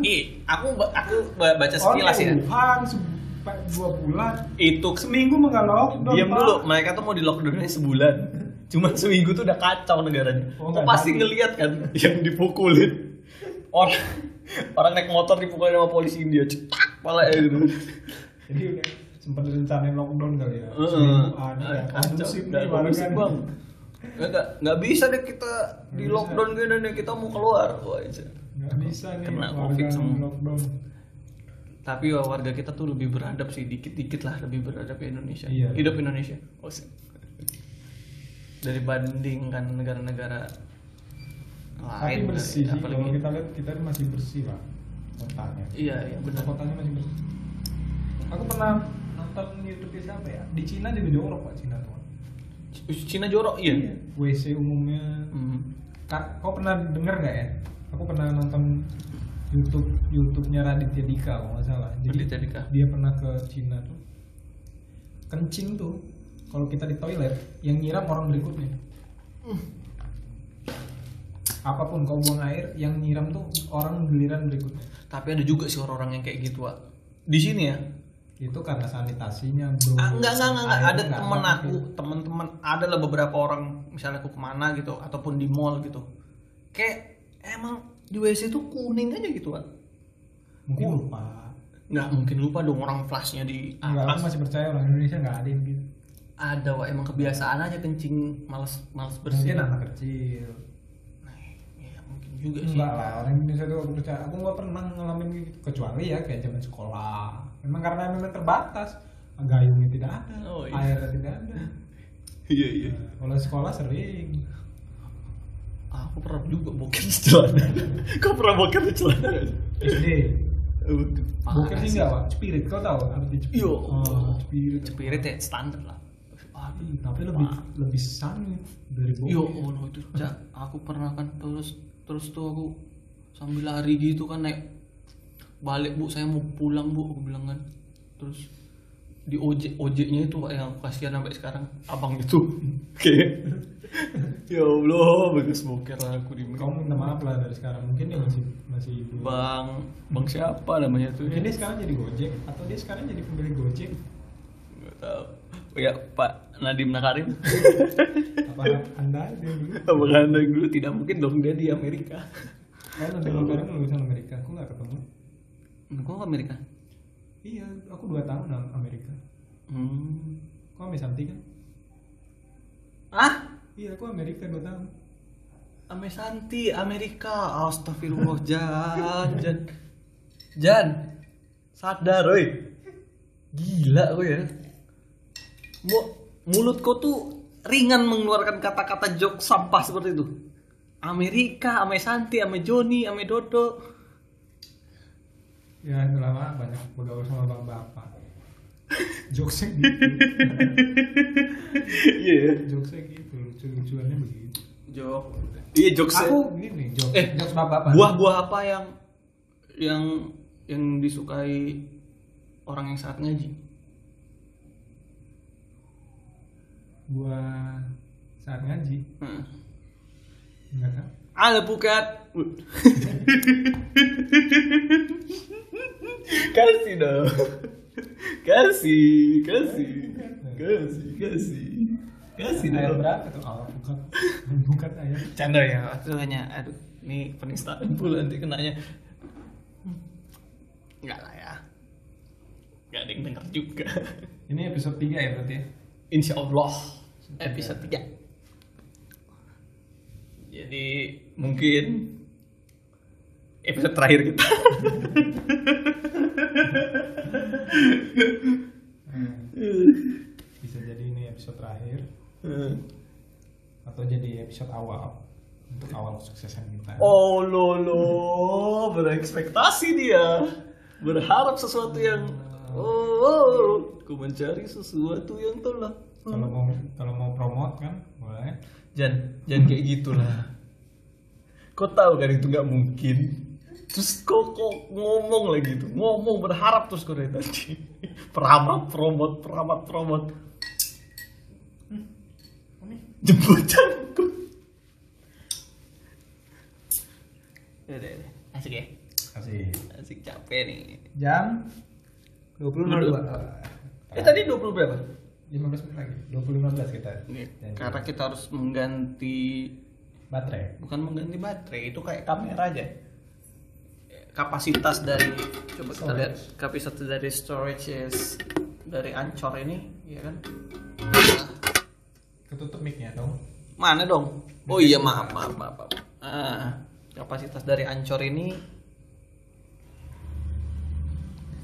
S1: ih aku ba- aku ba- baca
S2: Oh,
S1: sekilas ya
S2: Wuhan sampai dua bulan
S1: itu
S2: seminggu mah nggak lockdown
S1: diam
S2: Pak.
S1: dulu mereka tuh mau di lockdownnya sebulan cuman seminggu tuh udah kacau negaranya
S2: Oh,
S1: kok
S2: nggak
S1: pasti
S2: jadi.
S1: ngelihat kan yang dipukulin orang orang naik motor dipukulin sama polisi India cetak pala ya gitu
S2: jadi udah sempat rencanain lockdown kali ya
S1: Heeh.
S2: seminggu ada ya
S1: Eh, kacau
S2: konsumsi
S1: udah kondusif bang nggak nggak bisa deh kita di
S2: bisa.
S1: lockdown gini nih kita mau keluar Wah, iya.
S2: nggak bisa nih
S1: Kena
S2: warga
S1: covid semua.
S2: di lockdown
S1: tapi wah, warga kita tuh lebih beradab sih dikit-dikit lah lebih beradab ya Indonesia
S2: Iya.
S1: hidup Indonesia oh, sih. dari bandingkan negara-negara
S2: tapi
S1: lain
S2: bersih
S1: dari-
S2: sih
S1: apalagi-
S2: kalau kita lihat kita masih bersih pak kotanya
S1: iya iya benar
S2: kotanya masih bersih aku pernah nonton YouTube siapa ya di Cina juga jorok pak Cina tuh
S1: Cina jorok iya,
S2: WC umumnya
S1: Hmm.
S2: Kak, kau pernah denger nggak ya? Aku pernah nonton YouTube YouTube-nya Raditya Dika kalau nggak salah.
S1: Raditya Dika.
S2: Dia pernah ke Cina tuh. Kencing tuh kalau kita di toilet yang nyiram orang berikutnya. Apapun kau buang air yang nyiram tuh orang giliran berikutnya.
S1: tapi ada juga sih orang-orang yang kayak gitu Wak. di sini ya
S2: Itu karena sanitasinya bro.
S1: Ah, enggak enggak enggak, enggak.
S2: Air
S1: ada
S2: nggak
S1: temen
S2: pakai.
S1: aku teman-teman ada lah beberapa orang misalnya aku kemana gitu ataupun di mall gitu kayak emang di WC tuh kuning aja gitu kan
S2: Mungkin lupa.
S1: nggak mungkin lupa dong orang flashnya di
S2: Enggak, aku
S1: atas
S2: masih percaya orang Indonesia nggak ada yang gitu.
S1: ada Wak. emang kebiasaan aja kencing males males bersih
S2: Mungkin anak kecil.
S1: Nah, iya, mungkin juga sih
S2: Enggak lah, orang Indonesia tuh aku percaya. Aku nggak pernah ngalamin kayak gitu kecuali ya kayak zaman sekolah. Memang karena memang terbatas, gayungnya tidak ada,
S1: Oh, iya.
S2: airnya tidak ada.
S1: iya iya
S2: Nah, Kalau sekolah sering.
S1: aku pernah juga boker di celana kau pernah boker di celana
S2: SD. Bukan
S1: Parah
S2: sih
S1: sih.
S2: enggak, Pak. Spirit kau tahu arti spirit.
S1: Yo.
S2: Oh, spirit.
S1: spirit ya standar lah Aduh,
S2: Ih, tapi lebih
S1: Wah.
S2: lebih sanit dari bokeh.
S1: Yo Allah itu Cak, aku pernah kan terus terus tuh aku sambil lari gitu kan naik balik bu saya mau pulang bu aku bilang kan terus di ojek ojeknya itu Pak, yang aku kasihan sampai sekarang abang itu kayak ya Allah bagus boker lah aku di
S2: Kau minta maaf lah dari sekarang. Mungkin dia masih masih hidup.
S1: bang bang siapa namanya tuh
S2: Mungkin dia sekarang jadi Gojek atau dia sekarang jadi pemilik Gojek?
S1: Nggak tahu ya Pak Nadiem Nakarim
S2: Apa Anda aja dulu?
S1: abang anda dulu tidak mungkin dong dia di Amerika
S2: Kan ada kemarin lulusan Amerika, aku nggak ketemu.
S1: kok Amerika
S2: Iya, aku dua tahun dalam Amerika.
S1: hmm.
S2: Kok ambil something kan?
S1: ah
S2: Iya, aku Amerika dua tahun.
S1: Ame Santi, Amerika, Astagfirullah, Jan, Jan, Jan, sadar, woi, gila gue ya, Mo, mulutku tuh ringan mengeluarkan kata-kata jok sampah seperti itu. Amerika, Ame Santi, Ame Joni, Ame Dodo,
S2: Ya, itulah Pak. banyak bergaul sama bapak-bapak. Jokesnya gitu,
S1: iya,
S2: jokesnya gitu, lucu-lucuannya begitu.
S1: jok, iya jok
S2: Aku gini, jokes,
S1: Eh,
S2: jokes bapak-bapak.
S1: buah-buah apa yang yang yang disukai orang yang saat ngaji?
S2: Buah saat ngaji,
S1: Heeh.
S2: nggak tahu.
S1: Alpukat. kasih dong. Kasih, kasih. Kasih, kasih. Kasih
S2: Ayat
S1: dong.
S2: berapa tuh? Oh, bukan, bukan ayat.
S1: Canda ya. Itu hanya aduh, ini penistaan pula nanti kenanya. Enggak lah ya. Enggak ada yang denger juga.
S2: Ini episode 3 ya berarti ya?
S1: Insya Allah episode 3. Jadi mungkin episode terakhir kita. Hmm.
S2: bisa jadi ini episode terakhir atau jadi episode awal untuk awal kesuksesan kita
S1: oh lolo, berekspektasi dia. Berharap sesuatu yang oh, oh, ku mencari sesuatu yang telah.
S2: kalau mau kalau mau promote kan boleh
S1: Jan, jangan kayak gitulah. Kau tahu kan itu nggak mungkin. Terus kok kok ngomong lagi itu, ngomong berharap terus kau dari tadi. Peramat, promot, peramat, promot. Jemputanku. Udah, udah. Asik ya?
S2: kasih
S1: Asik capek nih.
S5: Jam 20.02.
S1: Eh tadi 20 berapa?
S2: 15 menit lagi 2015 kita Janji.
S1: Karena kita harus mengganti
S2: baterai
S1: bukan mengganti baterai itu kayak kamera aja kapasitas dari coba kita lihat kapasitas dari storage is dari ancor ini ya kan
S2: ketutup micnya dong
S1: mana dong oh iya maaf maaf maaf, maaf. Ah, kapasitas dari ancor ini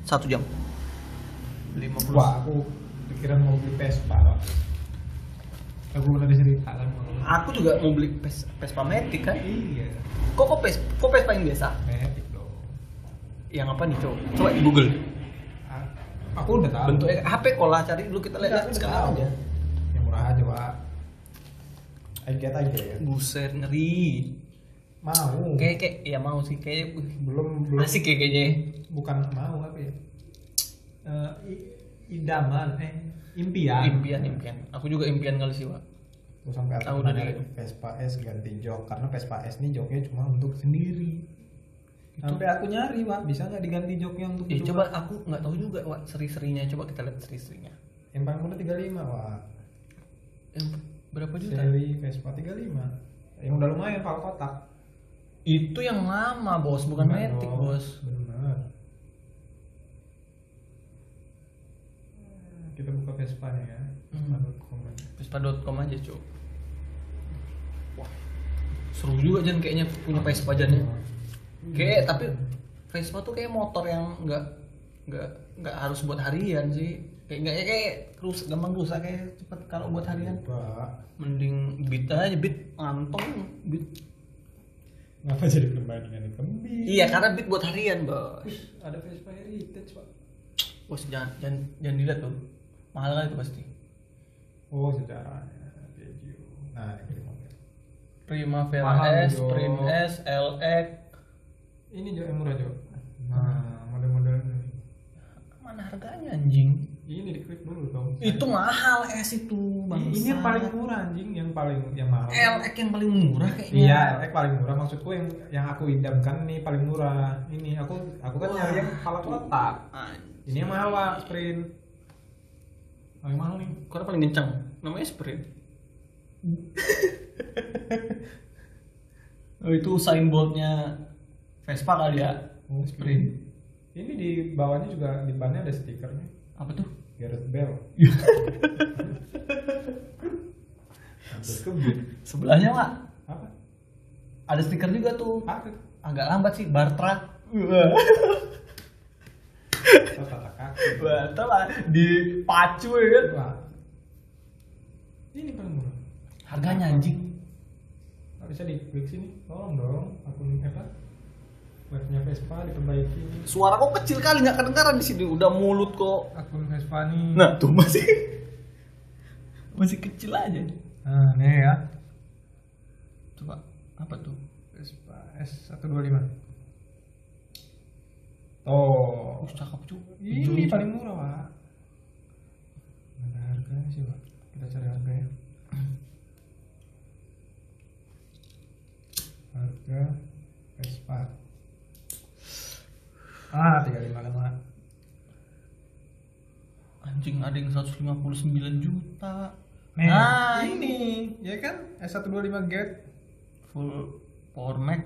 S1: satu jam 50
S2: wah aku pikiran mau beli Vespa Pak. aku belum ada cerita kan
S1: aku juga mau beli Pes- Vespa Matic kan
S2: iya
S1: kok kok Vespa kok Vespa yang biasa
S2: Matic dong
S1: yang apa nih coba coba di Google
S2: Ah, aku udah tahu
S1: bentuknya HP kolah cari dulu kita
S2: Udah,
S1: lihat
S2: aku udah
S1: sekarang
S2: tahu.
S1: aja
S2: yang Ya, murah aja pak I get aja ya
S1: Buset ngeri.
S2: mau
S1: Kayak kayak ya mau sih kayak
S2: belum belum
S1: asik ya kayaknya.
S2: bukan mau apa ya Eh, i- idaman eh
S1: Ya.
S2: impian
S1: Impian impian. Aku juga impian kali sih, Pak.
S2: Terus sampai aku
S1: Tahu
S2: pernah
S1: dari-
S2: nyari Vespa S ganti jok karena Vespa S ini joknya cuma untuk sendiri sampai aku nyari pak bisa nggak diganti joknya untuk
S1: Ya
S2: berdua?
S1: coba aku nggak tahu juga, Wak, seri-serinya. Coba kita lihat seri-serinya.
S2: yang paling murah 35 pak
S1: Yang berapa juta?
S2: seri Vespa 35 yang udah lumayan pak kotak
S1: Itu yang lama, Bos, bukan Matic, Bos.
S2: benar kita buka Vespa nya ya
S1: Hmm.
S2: komen
S1: Vespa.com aja, Cuk. Wah. Seru juga Jan kayaknya punya Vespa Jan ya. Kayak tapi Vespa tuh kayak motor yang nggak nggak nggak harus buat harian sih. Kayak nggak ya kayak rusak gampang rusak kayak cepet kalau buat harian.
S2: pak
S1: Mending beat aja beat ngantong beat.
S2: Kenapa jadi perbandingan yang kembil?
S1: Iya karena beat buat harian bos.
S2: Ada Vespa Heritage pak.
S1: Bos jangan jangan jangan dilihat tuh. Mahal kali itu pasti.
S2: Oh sejarahnya Jeju. Nah ini kirim mobil. Mahal,
S1: Primavera S,
S2: Jo.
S1: Prim S, LX.
S2: Ini jo yang murah jo. Nah model-model ini.
S1: Mana harganya anjing?
S2: Ini diklik dulu dong.
S1: Itu mahal S itu bang.
S2: ini yang paling murah anjing yang paling yang mahal.
S1: LX yang paling murah kayaknya.
S2: Iya, LX paling murah. Maksudku yang yang aku idamkan nih paling murah. Ini aku aku kan nyari yang kepala kotak.
S1: Anjing.
S2: Ini yang mahal pak, sprint. Paling mahal nih.
S1: Karena paling kencang. Namanya sprint. oh, itu sign boardnya Vespa kali ya.
S2: Oh, sprint. Ini di bawahnya juga di bannya ada stikernya.
S1: Apa tuh?
S2: Gareth Bell. Hampir kebit.
S1: Sebelahnya Wak.
S2: Apa?
S1: Ada stiker juga tuh.
S2: Apa?
S1: Agak lambat sih Bartra.
S2: Apa tata kaki?
S1: Bartra lah dipacu ya kan.
S2: Wah. Ini paling murah.
S1: Harganya anjing.
S2: Nggak bisa diklik sini. Tolong dong. Akun apa? Webnya Vespa diperbaiki.
S1: Suara kok kecil kali nggak kedengaran di sini. Udah mulut kok.
S2: Akun Vespa nih.
S1: Nah tuh masih masih kecil aja.
S2: Nah, nih ya.
S1: Coba apa tuh?
S2: Vespa S125. Tuh.
S1: Oh, cakep juga.
S2: Ini paling murah, Pak. Ada harganya sih, Pak. Kita cari ya. harganya. Harga Vespa. Ah, 35 kan, Pak.
S1: Anjing ada yang 159 juta.
S2: Nih,
S1: Nah,
S2: ini, ya kan? S125 get
S1: Full power mac.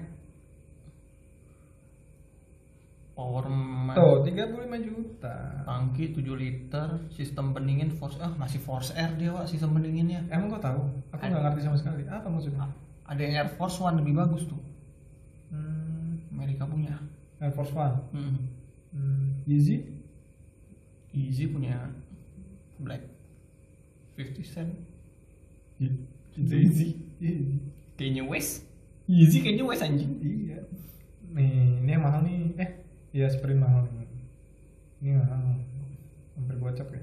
S1: Power mac.
S2: Tuh, 35 juta.
S1: Tangki 7 liter, sistem pendingin force ah masih force air dia Wak, sistem pendinginnya.
S2: Emang kau tahu? Aku nggak ngerti sama sekali. Apa maksudnya?
S6: ada yang Air Force One lebih bagus tuh
S2: Hmm,
S6: Amerika punya
S2: Air Force One.
S6: hmm.
S2: Hmm, Yeezy?
S6: Easy punya Black 50 Cent
S2: Iya. Yeezy. Yeezy.
S6: Kanye West Easy Kanye West anjing
S2: Iya. Nih, ini yang mahal nih. Eh, iya sprint mahal nih. Ini mahal. Hampir gocap ya.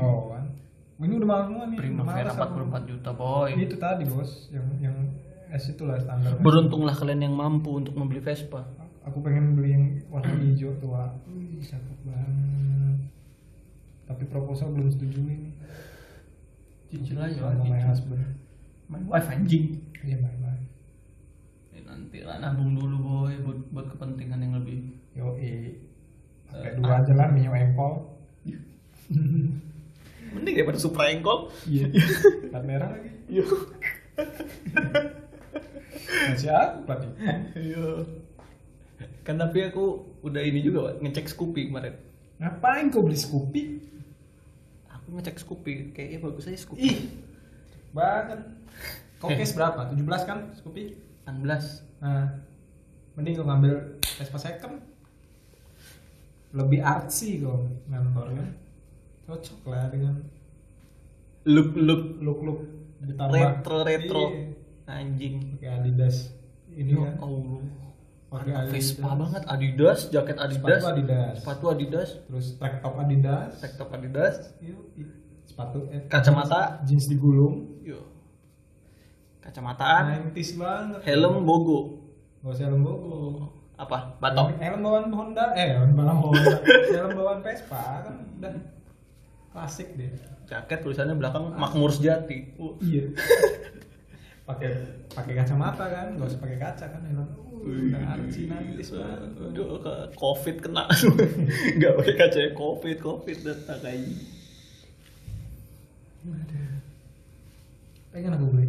S2: Oh kan. Ini udah mahal semua nih.
S6: Primavera
S2: Males aku.
S6: 44 juta boy
S2: Ini Itu tadi bos, yang yang S itulah standar.
S6: Beruntunglah kalian yang mampu untuk membeli Vespa
S2: Aku pengen beli yang warna hijau tua. Ih, cakep banget. Tapi proposal belum setuju nih.
S6: Cicil aja
S2: Sama my
S6: main,
S2: husband.
S6: main wife anjing
S2: Iya, bye bye.
S6: Ya, nanti lah nabung dulu boy buat, buat kepentingan yang lebih
S2: Yo, eh. ah. Pakai dua aja lah, Mio Empol.
S1: Mending daripada Supra Engkol.
S2: Iya. Plat merah lagi.
S1: Iya.
S2: Masih aku plat itu.
S1: Iya. Kan tapi aku udah ini juga Wak, ngecek Scoopy kemarin.
S2: Ngapain kau beli Scoopy?
S1: Aku ngecek Scoopy, kayaknya bagus aja Scoopy.
S2: Ih. Banget. Kau case berapa? 17 kan Scoopy?
S6: 16
S2: Nah. Mending kau ngambil Vespa second. Lebih artsy kau ngantor kan. Cocok lah dengan
S1: Look look
S2: look-look ditambah
S1: retro retro.
S2: Iya.
S1: Anjing.
S2: Pakai Adidas. Ini
S6: Ya
S2: kan.
S6: Allah
S2: Pakai
S6: Anak
S2: Adidas.
S6: Vespa banget Adidas jaket Adidas
S2: Sepatu Adidas.
S6: sepatu Adidas
S2: Terus track top Adidas.
S1: Tek top Adidas,
S2: Yoi. Sepatu eh,
S1: kacamata,
S2: jeans digulung.
S1: yo. Kacamataan,
S2: 90s banget.
S1: Kan? helm Bogo.
S2: Gak usah helm bogo.
S1: Apa? Batok.
S2: Helm bawaan Honda, eh helm bawaan Honda. helm bawaan Vespa kan udah klasik deh.
S1: Jaket tulisannya belakang Makmur Sejati. Uh,
S2: Iya. pakai pakai kacamata kan, gak usah pakai kaca kan helm. Uh, udah artsy nanti banget.
S1: Aduh, ke- covid kena nggak pakai kaca ya, covid covid datang kayaknya
S2: Pengen aku beli.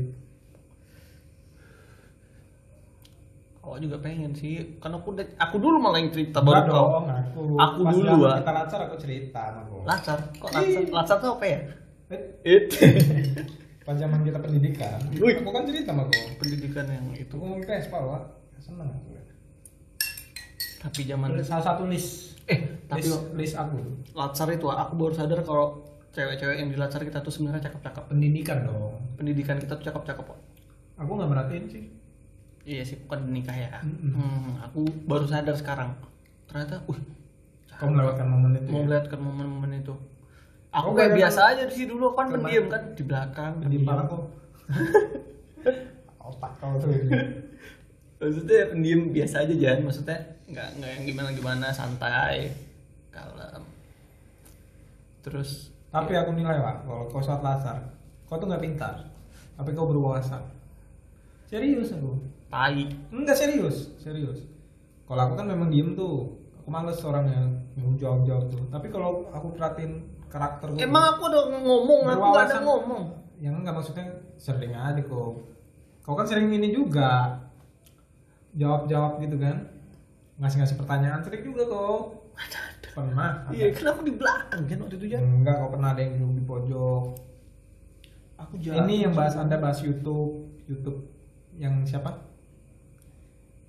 S1: Awak juga pengen sih kan aku udah- aku dulu malah yang cerita baru
S2: Enggak
S1: kau
S2: dong, aku.
S1: Aku
S2: Pas
S1: dulu,
S2: lama
S1: ah.
S2: Kita lancar aku cerita sama kau.
S1: lacar kok lacar lacar tuh apa ya
S2: Eh,
S1: it
S2: Pas zaman kita pendidikan,
S1: Wih.
S2: aku kan cerita sama kau.
S1: pendidikan yang
S2: Itu
S1: itu
S2: aku ngomongin Vespa loh, ah. seneng aku.
S1: tapi zaman
S2: Salah satu list,
S1: eh tapi
S2: list, list aku.
S1: lacar itu aku baru sadar kalau cewek-cewek yang di lacar kita tuh sebenarnya cakep-cakep
S2: pendidikan dong
S1: pendidikan kita tuh cakep-cakep kok
S2: aku nggak merhatiin sih
S1: iya sih bukan nikah ya
S2: Mm-mm.
S1: hmm, aku baru sadar sekarang ternyata uh
S2: kau melewatkan momen itu
S1: mau
S2: ya?
S1: melihatkan momen-momen itu aku
S2: Kamu
S1: kayak
S2: kayak
S1: biasa aja sih dulu aku kan
S2: Cuman-
S1: pendiam kan di belakang
S2: di
S1: pendiam.
S2: kok otak kau tuh ini.
S1: maksudnya ya, pendiam biasa aja jangan maksudnya nggak nggak yang gimana gimana santai kalem terus
S2: tapi aku nilai pak kalau kau saat latar kau tuh nggak pintar tapi kau berwawasan serius aku
S1: tai
S2: enggak serius serius kalau aku kan memang diem tuh aku males orangnya yang jawab-jawab tuh tapi kalau aku perhatiin karakter gua
S1: emang aku udah ngomong aku nggak ada
S2: Berwawasan.
S1: ngomong
S2: yang enggak maksudnya sering aja kok kau kan sering ini juga jawab jawab gitu kan ngasih ngasih pertanyaan sering juga kok pernah
S1: iya kenapa di belakang kan waktu itu
S2: ada.
S1: ya
S2: enggak kau pernah ada yang duduk di pojok
S1: aku jalan
S2: ini yang bahas anda bahas YouTube YouTube yang siapa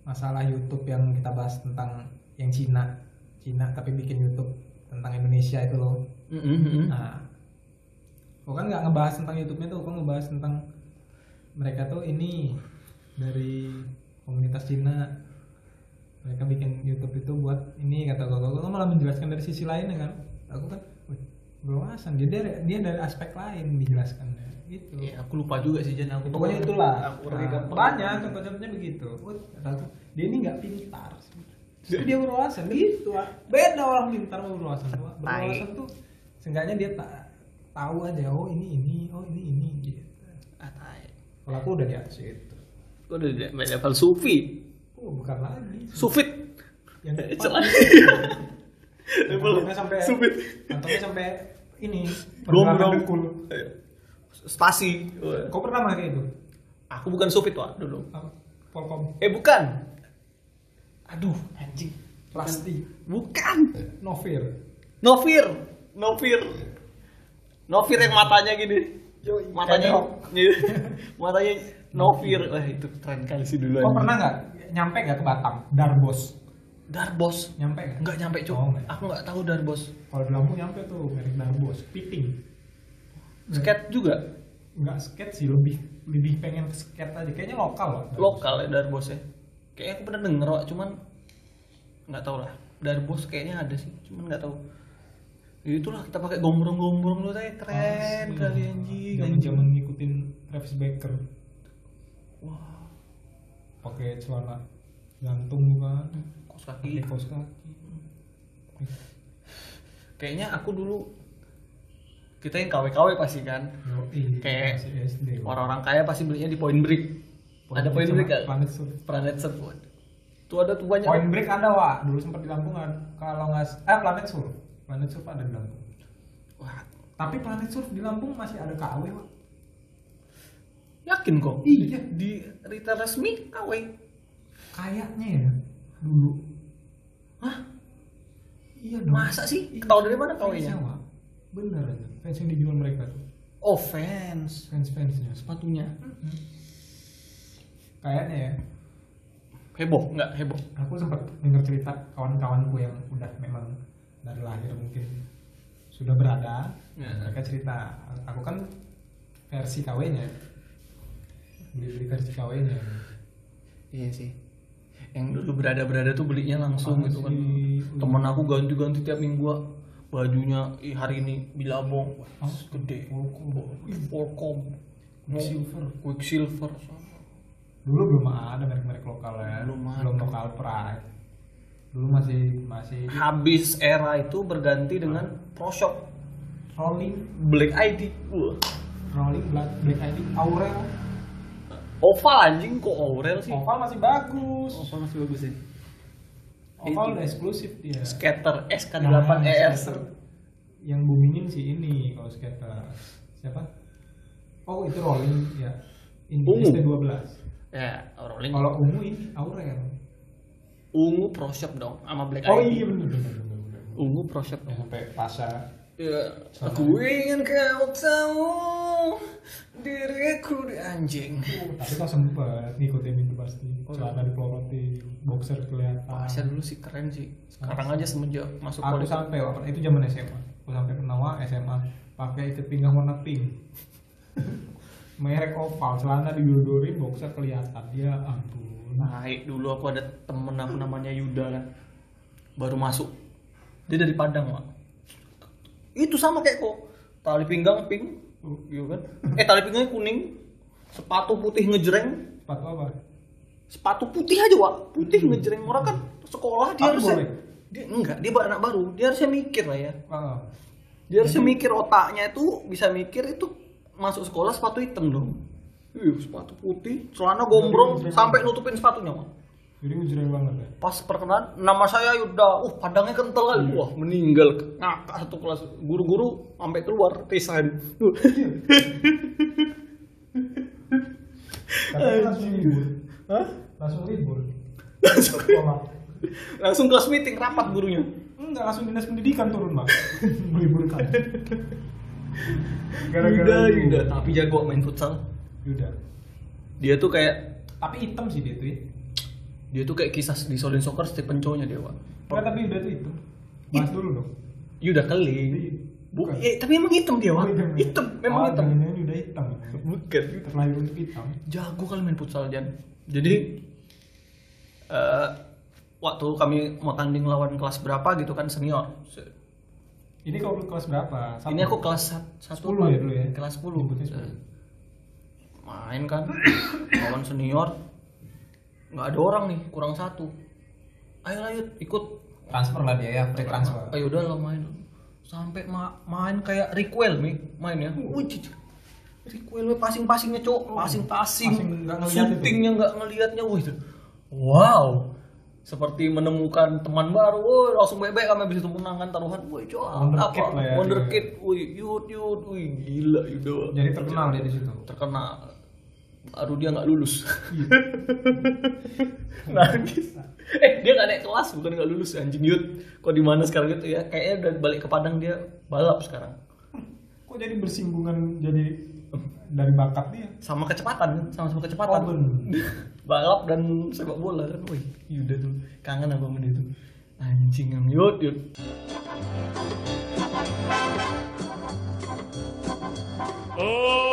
S2: masalah YouTube yang kita bahas tentang yang Cina Cina tapi bikin YouTube tentang Indonesia itu loh
S1: Mm-mm-mm.
S2: Nah, gua kan nggak ngebahas tentang YouTube-nya tuh, gua ngebahas tentang mereka tuh ini dari komunitas Cina. Mereka bikin YouTube itu buat ini kata gua, gua, gua malah menjelaskan dari sisi lain ya kan. Aku kan "Wih, berwawasan dia dari dia dari aspek lain dijelaskannya gitu.
S1: Iya, aku lupa juga sih Jan aku
S2: Pokoknya itulah.
S1: aku orangnya
S2: Nah,
S1: gampang.
S2: banyak contoh-contohnya begitu. Wih, Kata aku, dia ini nggak pintar. Tapi dia berwawasan gitu, ah. Beda orang pintar sama berwawasan tuh. ah. Berwawasan tuh seenggaknya dia tak tahu aja oh ini ini, oh ini ini gitu.
S1: ah, tai
S2: Kalau aku udah di atas itu.
S1: aku udah di level sufi
S2: Oh, bukan lagi.
S1: sufit
S2: Yang depan.
S1: celah
S2: Kantongnya sampai
S1: sufit
S2: Kantongnya sampai ini.
S1: Gombrong.
S2: pergelangan dengkul.
S1: spasi
S2: Kau pernah pakai itu?
S1: aku bukan sufit wah dulu
S2: Apa? Polkom
S1: eh bukan aduh anjing
S2: plasti
S1: bukan
S2: Novir.
S1: Novir Novir Novir yang matanya gini
S7: Yoi,
S1: matanya Iya.
S7: kayak
S1: matanya Novir wah itu keren kali sih dulu
S7: Kok pernah nggak nyampe nggak ke Batam? Darbos
S1: Darbos
S7: nyampe nggak?
S1: nggak nyampe cok
S7: Oh, nggak.
S1: aku nggak tahu Darbos
S2: Kalau di Lampung nyampe tuh merek Darbos, Piting.
S1: skate juga
S2: Enggak skate sih, lebih lebih pengen ke skate aja. Kayaknya lokal loh. Darbos.
S1: lokal ya Darbos ya kayaknya aku pernah denger Wak, cuman nggak tahu lah Darbos kayaknya ada sih cuman nggak tahu Ya itulah kita pakai gombrong-gombrong dulu tadi keren
S2: Asli.
S1: kali anjing
S2: Zaman-zaman ngikutin Travis Baker.
S1: wah
S2: Pakai celana gantung kan,
S1: kos kaki
S2: pakai kaos kaki.
S1: kayaknya aku dulu kita yang KW-KW pasti kan
S2: Yoi,
S1: Kayak
S2: iya, masih SD. loh.
S1: orang-orang kaya pasti belinya di Point Break ada Point
S2: sama
S1: Break gak?
S2: Planet Surf.
S1: Planet Surf Wak. tuh ada tuh banyak
S2: Point Break ada, Wak. Dulu sempat di Lampung kan. Kalau nggak... s- Eh, Planet Surf. Planet Surf ada di Lampung.
S1: wah
S2: Tapi Planet Surf di Lampung masih ada KW, Wak.
S1: yakin kok
S2: Iya.
S1: di retail resmi KW
S2: Kayaknya ya. Dulu.
S1: hah
S2: Iya dong.
S1: masa sih tahu dari mana
S2: Fansnya,
S1: KW-nya
S2: Wak. Bener aja. Fans yang dijual mereka tuh.
S1: oh fans
S2: Fans-fansnya.
S1: sepatunya
S2: Kayaknya ya.
S1: heboh nggak heboh
S2: Aku sempat dengar cerita kawan-kawanku yang udah memang dari lahir mungkin sudah berada.
S1: Ya.
S2: Mereka cerita. Aku kan versi KW-nya. Beli-beli versi KW-nya.
S1: iya sih yang dulu berada-berada tuh belinya langsung
S2: Apaan
S1: gitu kan
S2: sih? Iya.
S1: temen aku ganti-ganti tiap minggu Wak. bajunya ih, hari ini bilabong Wah,
S2: Hah?
S1: gede
S2: Volcom.
S1: Ih, Volcom
S2: Quicksilver.
S1: Quicksilver
S2: dulu belum ada merek-merek lokal ya
S1: Belum ada.
S2: belum lokal pride dulu masih masih
S1: habis era itu berganti dengan Pro Shop
S2: rolling
S1: Black ID Wah.
S2: rolling black black ID Aurel
S1: oval anjing kok Aurel sih
S2: Oval masih bagus
S1: oval masih bagus ya
S2: Oval udah eksklusif dia
S1: Skater
S2: Yang
S1: SK8 ER
S2: skater. yang boomingin sih ini kalau skater siapa oh itu rolling ya ini
S1: Ungu.
S2: ST12
S1: ya rolling
S2: kalau ungu ini Aurel
S1: ungu Pro Shop dong sama Black
S2: oh
S1: ID
S2: iya bener bener bener, bener.
S1: ungu Pro Shop
S2: Yang sampai pasar
S1: Ya, aku ingin kau tahu diriku di anjing.
S2: Oh, tapi kok sempet ngikutin itu pasti celana dipelorotin boxer kelihatan
S1: Pasha dulu sih keren sih. Sekarang aja semenjak masuk
S2: aku
S1: kuliah.
S2: sampai wah, itu zaman SMA aku sampai penawa SMA pakai ikat pinggang warna pink merek oval celana didodorin boxer kelihatan ya ampun
S1: Naik dulu aku ada temen aku namanya Yuda kan. Baru masuk. Dia dari Padang, Wak. Itu sama kayak kok. Tali pinggang pink, iya kan? Eh tali pinggangnya kuning. Sepatu putih ngejreng.
S2: sepatu apa
S1: sepatu putih aja wak putih ngejreng orang kan sekolah dia
S2: Tapi
S1: harusnya
S2: boleh.
S1: dia enggak dia baru anak baru dia harusnya mikir lah ya
S2: Wah,
S1: dia harusnya mikir otaknya itu bisa mikir itu masuk sekolah sepatu hitam dong Ih, Iya, sepatu putih celana gombrong
S2: Gombrong.
S1: sampai nutupin sepatunya wak
S2: jadi ngejreng banget ya
S1: pas perkenalan nama saya Yuda uh padangnya kental kali wah meninggal ngakak satu kelas guru-guru sampai keluar resign
S2: tapi langsung libur langsung libur sekolah
S1: langsung kelas meeting rapat gurunya
S2: enggak langsung dinas pendidikan turun mak meliburkan
S1: Yuda
S2: gara-gara
S1: Yuda
S2: libur.
S1: tapi jago main futsal
S2: Yuda
S1: dia tuh kayak
S2: tapi hitam sih dia tuh ya
S1: dia tuh kayak kisah di Solin Soccer Stephen Chow nya dia Wak.
S2: Enggak, tapi Yuda tuh hitam bahas dulu dong
S1: Yuda Keling bukan eh, tapi emang hitam dia Wak. hitam memang
S2: Iya, oh,
S1: hitam
S2: jangan-jangan Yuda hitam
S1: bukan
S2: terlahir untuk hitam
S1: jago kali main futsal Jan jadi eh waktu kami mau tanding lawan kelas berapa gitu kan senior
S2: ini kalau kelas berapa Satu.
S1: ini aku kelas sat- satu
S2: 10 ya dulu ya?
S1: kelas 10
S2: Nyebutnya 10.
S1: Eh, main kan lawan senior nggak ada orang nih kurang satu ayo lanjut ikut
S2: transfer lah dia ya free transfer
S1: Ayo udah Eh, lah main sampai ma- main kayak requel nih main ya. Wih, requel passing-passingnya cok, passing-passing,
S2: Passing nggak ngeliat itu.
S1: shootingnya nggak ngelihatnya, wih, itu. wow, seperti menemukan teman baru, woi langsung bebek kami bisa menangkan taruhan, woi cok,
S2: Wonderkid lah ya dia.
S1: wonderkid, wih, yud yud, wih gila yud,
S2: jadi terkenal dia di situ
S1: terkena baru dia nggak lulus, nangis. Eh dia nggak naik kelas bukan nggak lulus anjing yud. Kok di mana sekarang gitu itu ya? Kayaknya udah balik ke Padang dia balap sekarang.
S2: kok jadi bersinggungan jadi dari bakat dia
S1: sama kecepatan sama-sama kecepatan
S2: Oh, bener.
S1: balap dan sepak bola kan wih Yuda tuh kangen apa sama dia tuh anjing am yud yud
S8: Oh!